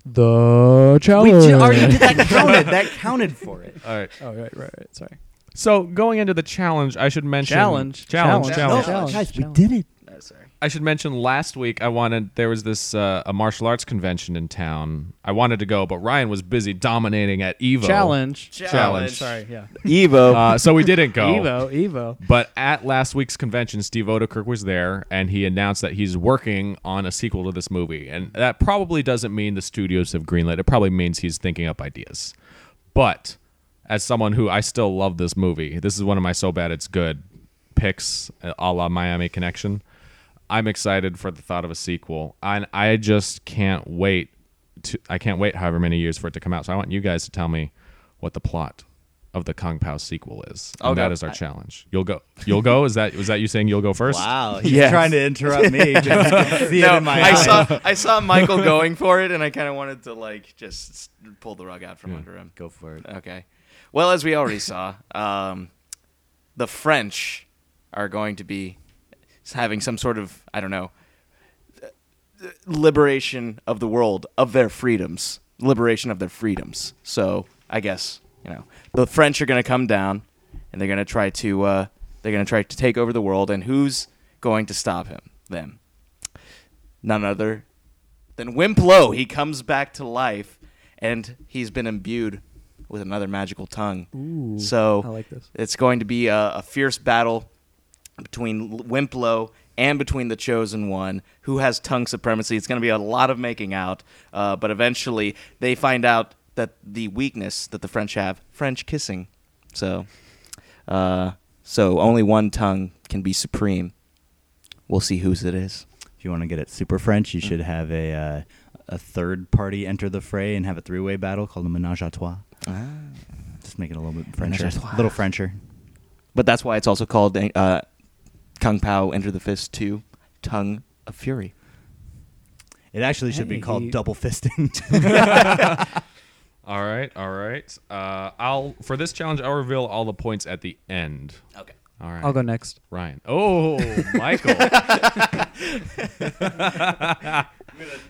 The
We
challenge.
ju- already [laughs] did that counted. That counted for it.
All right.
oh right, right, right. Sorry.
So going into the challenge, I should mention
Challenge.
challenge,
Challenge.
challenge.
No. Challenge,
Oh, guys,
challenge.
we did it.
Oh, sorry.
I should mention last week I wanted there was this uh, a martial arts convention in town. I wanted to go, but Ryan was busy dominating at Evo.
Challenge.
Challenge.
Sorry. Yeah.
Evo.
Uh, so we didn't go.
[laughs] Evo. Evo.
But at last week's convention, Steve Odekirk was there, and he announced that he's working on a sequel to this movie. And that probably doesn't mean the studios have greenlit. It probably means he's thinking up ideas. But as someone who I still love this movie, this is one of my so bad it's good picks, uh, a la Miami Connection. I'm excited for the thought of a sequel, and I just can't wait. To, I can't wait however many years for it to come out. So I want you guys to tell me what the plot of the Kung Pao sequel is.
I'll
And that
go.
is our challenge. You'll go. You'll go. Is that was that you saying you'll go first?
Wow, he's
Yes.
trying to interrupt
[laughs]
me. Just to see it
No,
in my
I
eyes. [laughs]
saw I saw Michael going for it, and I kind of wanted to like just s- pull the rug out from under him.
Go for it.
Okay. Well, as we already saw, um, the French are going to be having some sort of, I don't know, liberation of the world, of their freedoms, liberation of their freedoms. So I guess, you know, the French are going to come down and they're going to try to, uh, they're going to try to take over the world. And who's going to stop him? Them. None other then Wimplo, he comes back to life, and he's been imbued with another magical tongue.
Ooh,
so
I like this.
It's going to be a, a fierce battle between L- Wimplo and between the Chosen One, who has tongue supremacy. It's going to be a lot of making out, uh, but eventually they find out that the weakness that the French have, French kissing. So, uh, so only one tongue can be supreme. We'll see whose it is.
If you want to get it super French, you should have a uh, a third party enter the fray and have a three way battle called a menage a trois. Just make it a little bit Frencher,
Menage Ah. à trois.
little Frencher.
But that's why it's also called uh, Kung Pao Enter the Fist 2 Tongue of Fury.
It actually should be
Hey.
called double fisting. [laughs]
All right, all right. Uh, I'll for this challenge. I'll reveal all the points at the end.
okay.
All right.
I'll go next.
Ryan.
[laughs]
Oh, Michael.
I'm gonna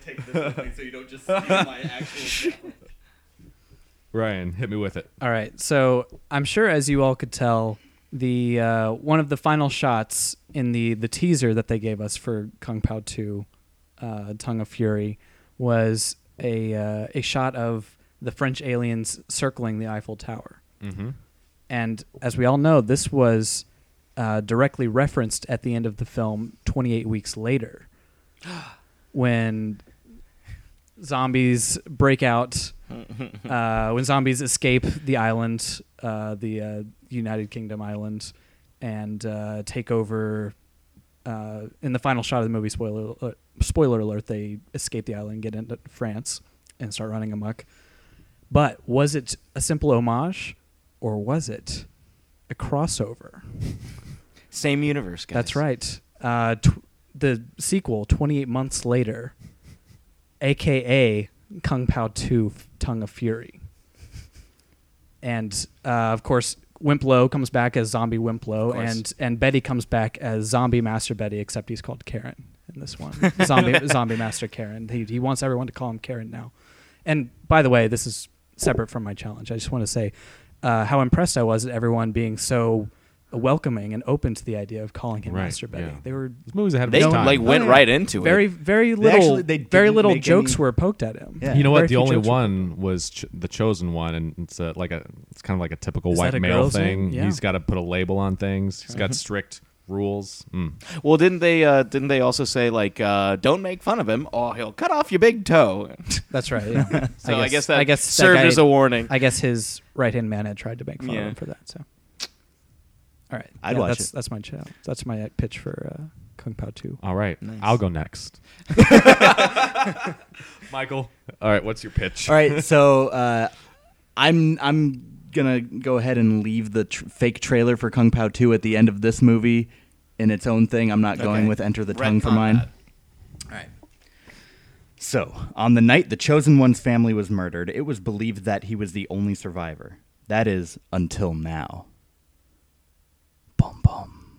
take this with me so you don't just steal my
[laughs]
actual.
Ryan, hit me with it.
All right. So I'm sure, as you all could tell, the uh, one of the final shots in the the teaser that they gave us for Kung Pao Two, uh, Tongue of Fury, was a uh, a shot of the French aliens circling the Eiffel Tower.
Mm-hmm.
And as we all know, this was uh, directly referenced at the end of the film 28 weeks later when zombies break out, uh, when zombies escape the island, uh, the uh, United Kingdom island, and uh, take over. Uh, in the final shot of the movie, spoiler uh, spoiler alert, they escape the island, get into France, and start running amok. But was it a simple homage, or was it a crossover?
[laughs] Same universe, guys.
That's right. Uh, tw- the sequel, 28 months later, aka Kung Pao 2 F- Tongue of Fury. And uh, of course, Wimplo comes back as Zombie Wimplo,
course.
and, and Betty comes back as Zombie Master Betty, except he's called Karen in this
[laughs]
one. zombie, zombie Master Karen. He, he wants everyone to call him Karen now. And by the way, this is separate from my challenge. I just want to say uh, how impressed I was at everyone being so welcoming and open to the idea of calling him
Right,
Master Betty.
yeah.
They were
This movie's ahead of
They
its time.
like went
Oh, yeah.
right into
very,
it.
very
They
little.
actually- they
very
didn't
little
make
jokes
any-
were poked at him.
Yeah.
you know what?
Very
The
few
only
jokes were-
one was ch- the chosen one, and it's a, like a it's kind of like a typical
Is
white
that a
male
girl's
thing.
name? Yeah. Mm-hmm.
He's got to put a label on things. He's got strict rules. Mm.
Well, didn't they? Uh, didn't they also say like, uh, "Don't make fun of him, or he'll cut off your big toe."
[laughs]
That's right. Yeah.
[laughs] so I guess, that
I guess that
served
guy-
as a warning.
I guess his right hand man had tried to make fun
Yeah.
of him for that. So, all right.
I'd
Yeah,
watch
that's,
it.
That's my channel. That's my uh, pitch for uh, Kung Pao Two.
All right,
Nice.
I'll go
[laughs]
next. Michael. All right, what's your pitch?
All right, so uh, I'm I'm gonna go ahead and leave the tr- fake trailer for Kung Pao 2 at the end of this movie in its own thing. I'm not going
Okay.
with Enter the Tongue for
Retcon
mine.
that.
All right. So, on the night the chosen one's family was murdered, it was believed that he was the only survivor. That is until now. Boom boom.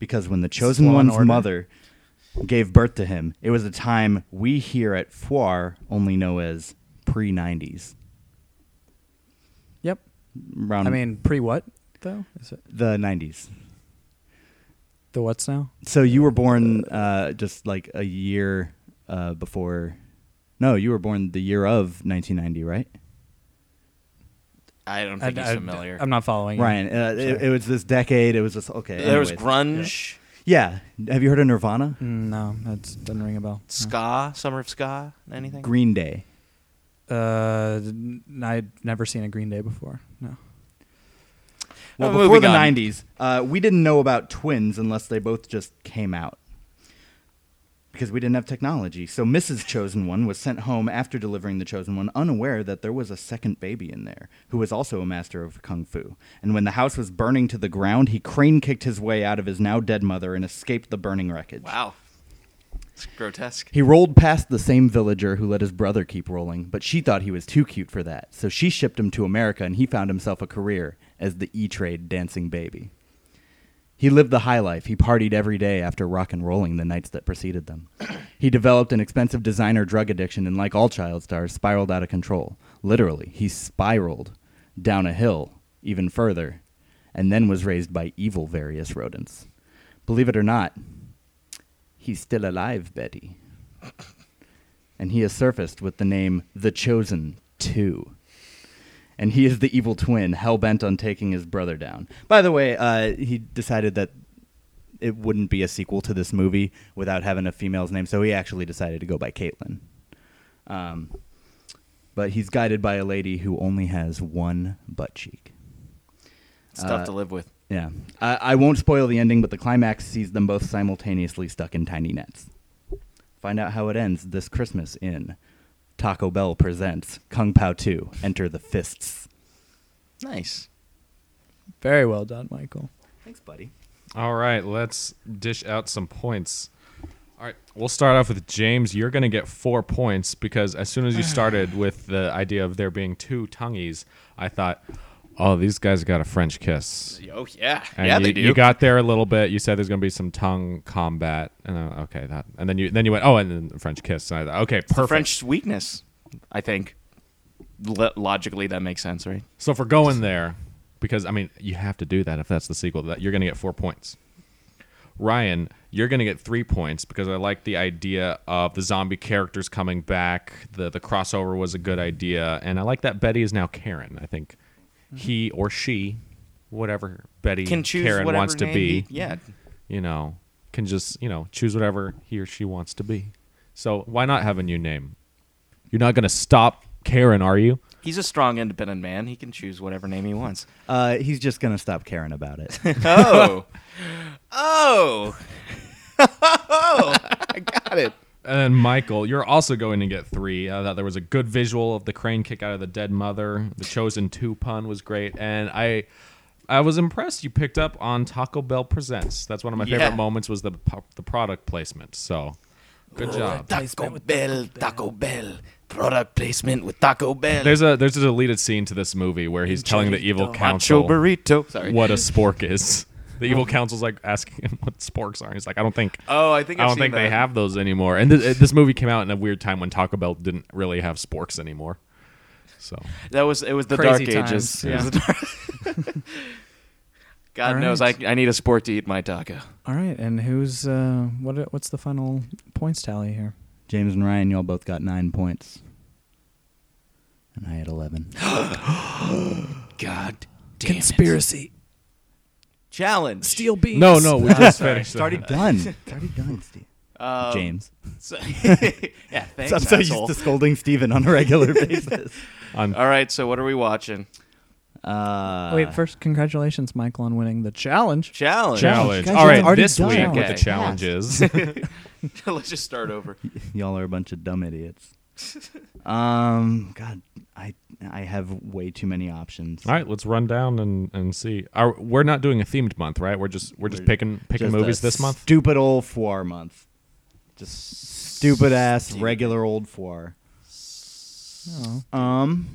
Because when the chosen
Law and
one's
Order?
mother gave birth to him, it was a time we here at Foire only know as pre 90s.
Yep.
Round
I mean, pre what though? Is it
the 90s.
the what's now?
So you were born uh, just like a year uh, before. No, you were born the year of 1990, right?
I don't think he's familiar.
am not following. you.
Ryan, uh, it,
Sorry.
it was this decade. It was just okay.
there was
anyways.
grunge,
Yeah. Uh-huh. Have you heard of Nirvana?
Mm, No, that doesn't ring a bell. No.
ska, summer of ska, anything.
Green Day.
Uh, n- I'd never seen a Green Day before. No.
Well,
Uh,
before
moving
the
on.
'90s, uh, we didn't know about twins unless they both just came out because we didn't have technology. So Mrs. Chosen One was sent home after delivering the Chosen One, unaware that there was a second baby in there who was also a master of kung fu. And when the house was burning to the ground, he crane kicked his way out of his now dead mother and escaped the burning wreckage.
Wow, it's grotesque.
He rolled past the same villager who let his brother keep rolling, but she thought he was too cute for that, so she shipped him to America and he found himself a career as the E Trade dancing baby. He lived the high life. He partied every day after rock and rolling the nights that preceded them. He developed an expensive designer drug addiction and, like all child stars, spiraled out of control. Literally, he spiraled down a hill even further and then was raised by evil various rodents. Believe it or not, he's still alive, Betty and he has surfaced with the name The Chosen 2. And he is the evil twin, hell bent on taking his brother down. By the way, uh, he decided that it wouldn't be a sequel to this movie without having a female's name, so he actually decided to go by Caitlin. Um, but he's guided by a lady who only has one butt cheek.
It's tough
Uh,
to live with.
Yeah. I, I won't spoil the ending, but the climax sees them both simultaneously stuck in tiny nets. Find out how it ends this Christmas in Taco Bell Presents Kung Pao 2 Enter the Fists.
Nice.
Very well done, Michael.
Thanks, buddy.
All right, let's dish out some points. All right, we'll start off with James. You're going to get four points because as soon as you
[sighs]
started with the idea of there being two tongues, I thought, oh, these guys got a French kiss.
Oh yeah,
And
yeah
you,
they do.
You got there a little bit. You said there's going to be some tongue combat, and uh, okay, that, and then you then you went, oh, and then French kiss. And I thought, okay, perfect.
French weakness, I think. Lo- logically, that makes sense, right?
So for going there, because I mean, you have to do that if that's the sequel. That you're going to get four points. Ryan, you're going to get three points because I like the idea of the zombie characters coming back. The the crossover was a good idea, and I like that Betty is now Karen. I think he or she, whatever Betty
Mm-hmm. Can choose
Karen
whatever
wants to
name
be,
he- yeah,
you know, can just you know choose whatever he or she wants to be. So why not have a new name? You're not going to stop Karen, are you?
he's a strong, independent man. He can choose whatever name he wants.
Uh, he's just gonna stop caring about [laughs] it.
Oh, oh, oh! I got it.
And then Michael, you're also going to get three. I thought there was a good visual of the crane kick out of the dead mother. The chosen two pun was great, and I, I was impressed. You picked up on Taco Bell presents. That's one of my
Yeah.
favorite moments was the po- the product placement. So, good job.
Taco Bell, Taco Bell. Product placement with Taco Bell.
There's a there's a deleted scene to this movie where he's telling the evil
Macho
council
burrito. Sorry.
what a spork is. The evil council's like asking him what sporks are. He's like, I don't think.
Oh, I think
I
I've
don't
seen
think they
that.
have those anymore. And th- this movie came out in a weird time when Taco Bell didn't really have sporks anymore. So
That was it. Was the
Crazy
Dark Ages.
times,
It was
yeah.
the dark- [laughs] God
All
knows I,
right.
I need a sport to eat my taco.
All right, and who's uh, what? What's the final points tally here?
James and Ryan, y'all both got nine points, and I had eleven.
God damn
Conspiracy,
it. challenge.
steel beams.
no, no,
[laughs]
we just
Sorry.
finished.
[gasps] It's already done. It's already done, Steve.
Um,
James.
so- [laughs] yeah,
[laughs]
thanks,
I'm so
asshole.
used to scolding Steven on a [laughs] regular basis.
On-
All right, so what are we watching?
Uh,
Wait, first, congratulations, Michael, on winning the challenge.
Challenge.
challenge.
Guys,
All
it's
right,
already
this
done.
week what
Okay.
the challenge
[laughs]
is.
[laughs] Let's just start over.
y'all are a bunch of dumb idiots. um, God, I I have way too many options.
All right, let's run down and and see. Are, we're not doing a themed month, right? We're just we're just
We're
picking picking
Just
movies
a
this month.
Stupid old four month. Just stupid ass regular old four.
Oh.
Um.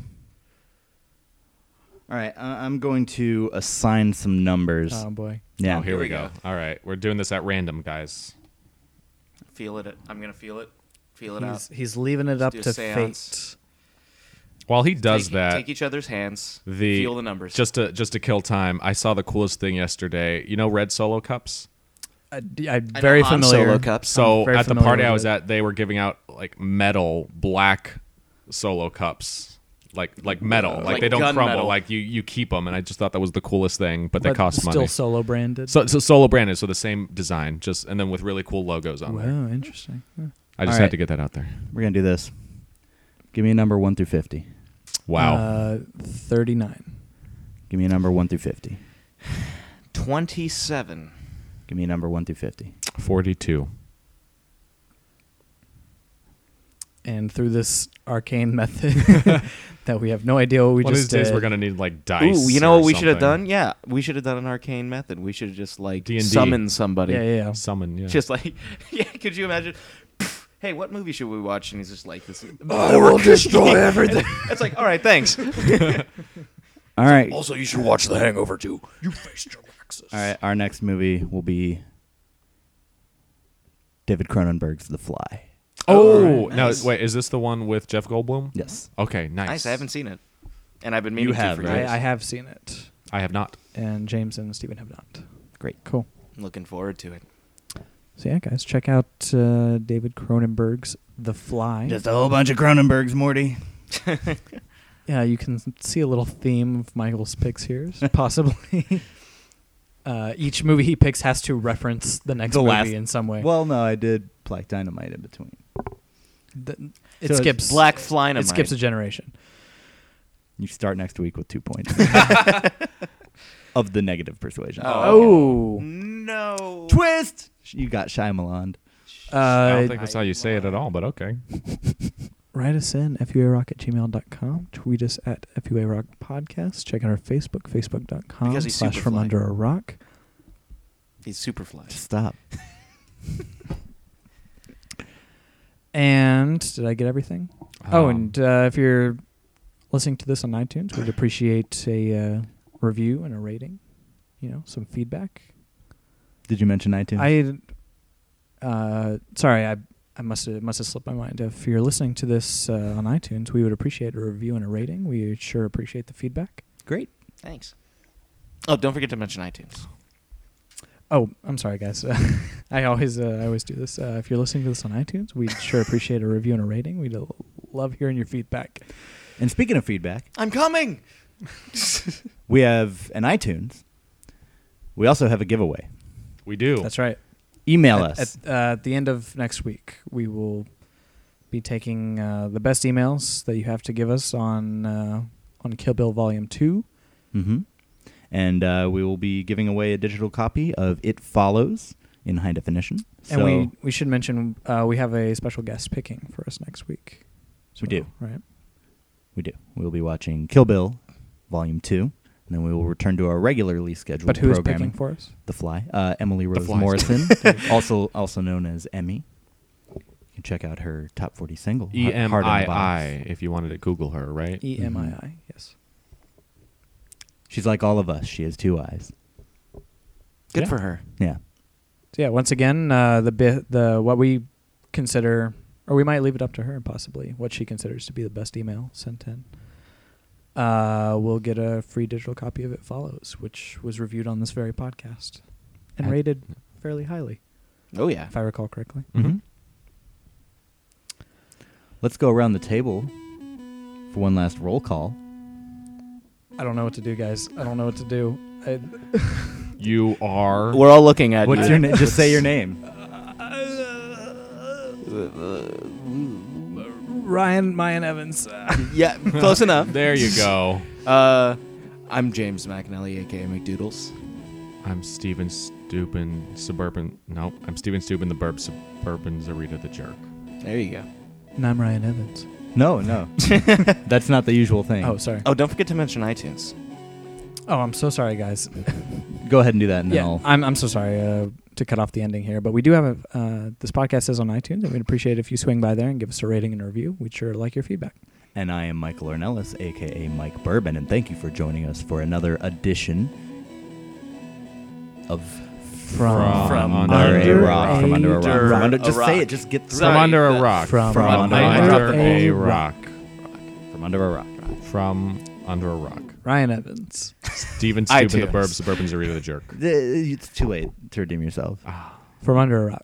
All right, I- I'm going to assign some numbers.
Oh boy.
yeah.
oh, here,
Here
we,
we
go.
go.
All right, we're doing this at random, guys.
Feel it. I'm gonna feel it. Feel it
He's,
out.
he's leaving it up
uh, do a
to
seance.
fate.
While he does
take,
that,
Take each other's hands.
the
feel the numbers.
Just to just to kill time, I saw the coolest thing yesterday. You know, red solo cups.
I, am
I know
very
Han
familiar.
Solo cups.
So
very
at the
familiar
party I
with
was
it.
at, they were giving out like metal black solo cups, like like metal, like,
Like
they don't
gun
crumble,
metal.
like you you keep them. And I just thought that was the coolest thing, but, they
But
cost
still
money.
solo branded.
So, so solo branded, so the same design, just and then with really cool logos on
wow,
there.
Oh, interesting. Huh.
I just
All right.
had to get that out there.
We're gonna do this. Give me a number one through fifty.
Wow.
Uh, Thirty-nine.
Give me a number one through fifty.
Twenty-seven.
Give me a number one through fifty.
42.
And through this
[laughs]
arcane method [laughs] that we have no idea what we
One of these
just
days
did.
we're going to need like dice.
Ooh, you know
or
what we should have done?
something.
Yeah, we should have done an arcane method. We should have just like
D&D.
summoned somebody.
yeah, yeah, yeah.
Summon, yeah.
Just like, [laughs] yeah. Could you imagine? [laughs] Pff, Hey, what movie should we watch? And he's just like this.
I will [laughs] destroy everything.
It's like, all right, thanks.
All right. All
Also, you should watch The Hangover too. You faced your Lexus.
right. Our next movie will be David Cronenberg's The Fly.
oh,
Alright,
now
nice.
wait, is this the one with Jeff Goldblum?
Yes.
Okay, nice.
Nice. I haven't seen it, and I've been meaning
You
to
have,
for
right?
years.
I, I have seen it,
I have not.
and James and Stephen have not.
Great.
Cool.
I'm looking forward to it.
So yeah, guys, check out uh, David Cronenberg's The Fly.
Just a whole bunch of Cronenbergs, Morty.
Yeah, you can see a little theme of Michael's picks here, possibly. [laughs] uh, each movie he picks has to reference the next
The
movie
last-
in some way.
Well, no, I did Black Dynamite in between.
The- it
So it's
skips
Black Flynamite.
It skips a generation.
You start next week with two [laughs] points of the negative persuasion.
Oh,
no.
Twist! You got Shyamalan.
I don't
Uh,
think that's how you say it at all, but okay.
write us in fuarock at gmail.com. Tweet us at fuarock podcast. Check out our Facebook, facebook.com
Because he's
slash from
Superfly.
under a rock.
He's super fly.
Stop.
And did I get everything? oh,
Um,
and uh, if you're listening to this on iTunes, we'd appreciate a uh, review and a rating. You know, some feedback.
Did you mention iTunes?
I uh, sorry, I I must have must have slipped my mind. If you're listening to this uh, on iTunes, we would appreciate a review and a rating. We sure appreciate the feedback.
Great.
Thanks. Oh, don't forget to mention iTunes.
Oh, I'm sorry, guys. [laughs] I always uh, I always do this. Uh, if you're listening to this on iTunes, we'd sure appreciate a review and a rating. We'd l- love hearing your feedback.
And speaking of feedback,
I'm coming.
we have an iTunes. We also have a giveaway.
we do.
That's right.
Email
at,
us.
At, uh, at the end of next week, we will be taking uh, the best emails that you have to give us on uh, on Kill Bill Volume Two.
hmm And uh, we will be giving away a digital copy of It Follows in high definition. So
And we, we should mention uh, we have a special guest picking for us next week.
We do.
Right.
we do. We'll be watching Kill Bill, Volume Two, and then we will return to our regularly scheduled
But who is
programming.
picking for us?
The Fly, uh, Emily Rose
Flies.
Morrison, also also known as Emmy. You can check out her top forty single,
E
H-
M
Hard on
I
the Box.
I. If you wanted to Google her, right?
E M I I.
Mm-hmm.
Yes.
She's like all of us. She has two eyes.
Good
Yeah.
for her.
Yeah.
So yeah. Once again, uh, the bit the what we consider, or we might leave it up to her possibly what she considers to be the best email sent in. Uh, we'll get a free digital copy of It Follows, which was reviewed on this very podcast and
At-
rated fairly highly,
Oh yeah.
if I recall correctly.
Mm-hmm.
Let's go around the table for one last roll call.
I don't know what to do, guys. I don't know what to do. I,
You are.
We're all looking at
What's
you.
your name? [laughs] Just say your name.
uh, Ryan Mayan Evans.
[laughs]
[laughs]
Yeah, close enough.
There you go.
[laughs] Uh, I'm James McNally, aka McDoodles.
I'm Steven Stupin Suburban. Nope. I'm Steven Stupin the Burb Suburban Zarita the Jerk.
There you go.
and I'm Ryan Evans.
No, no. That's not the usual thing.
Oh, sorry.
Oh, don't forget to mention iTunes.
Oh, I'm so sorry, guys.
Go ahead and do that, and then
yeah,
I'll.
I'm, I'm so sorry uh, to cut off the ending here, but we do have a, uh, this podcast is on iTunes, and we'd appreciate it if you swing by there and give us a rating and a review. We'd sure like your feedback.
And I am Michael Ornelas, aka Mike Bourbon, and thank you for joining us for another edition of
From From under
Under
a
a Rock. From Under a Rock. From under,
a
just say
rock.
it. Just get through.
From
Sorry,
under a
that-
rock.
From
From
under,
under
a
a
rock.
it. From under a rock.
From under a rock.
Ryan Evans.
Steven Stupin the
iTunes.
Burb Suburban Zarita the Jerk.
Th- It's too late to redeem yourself.
From Under a Rock.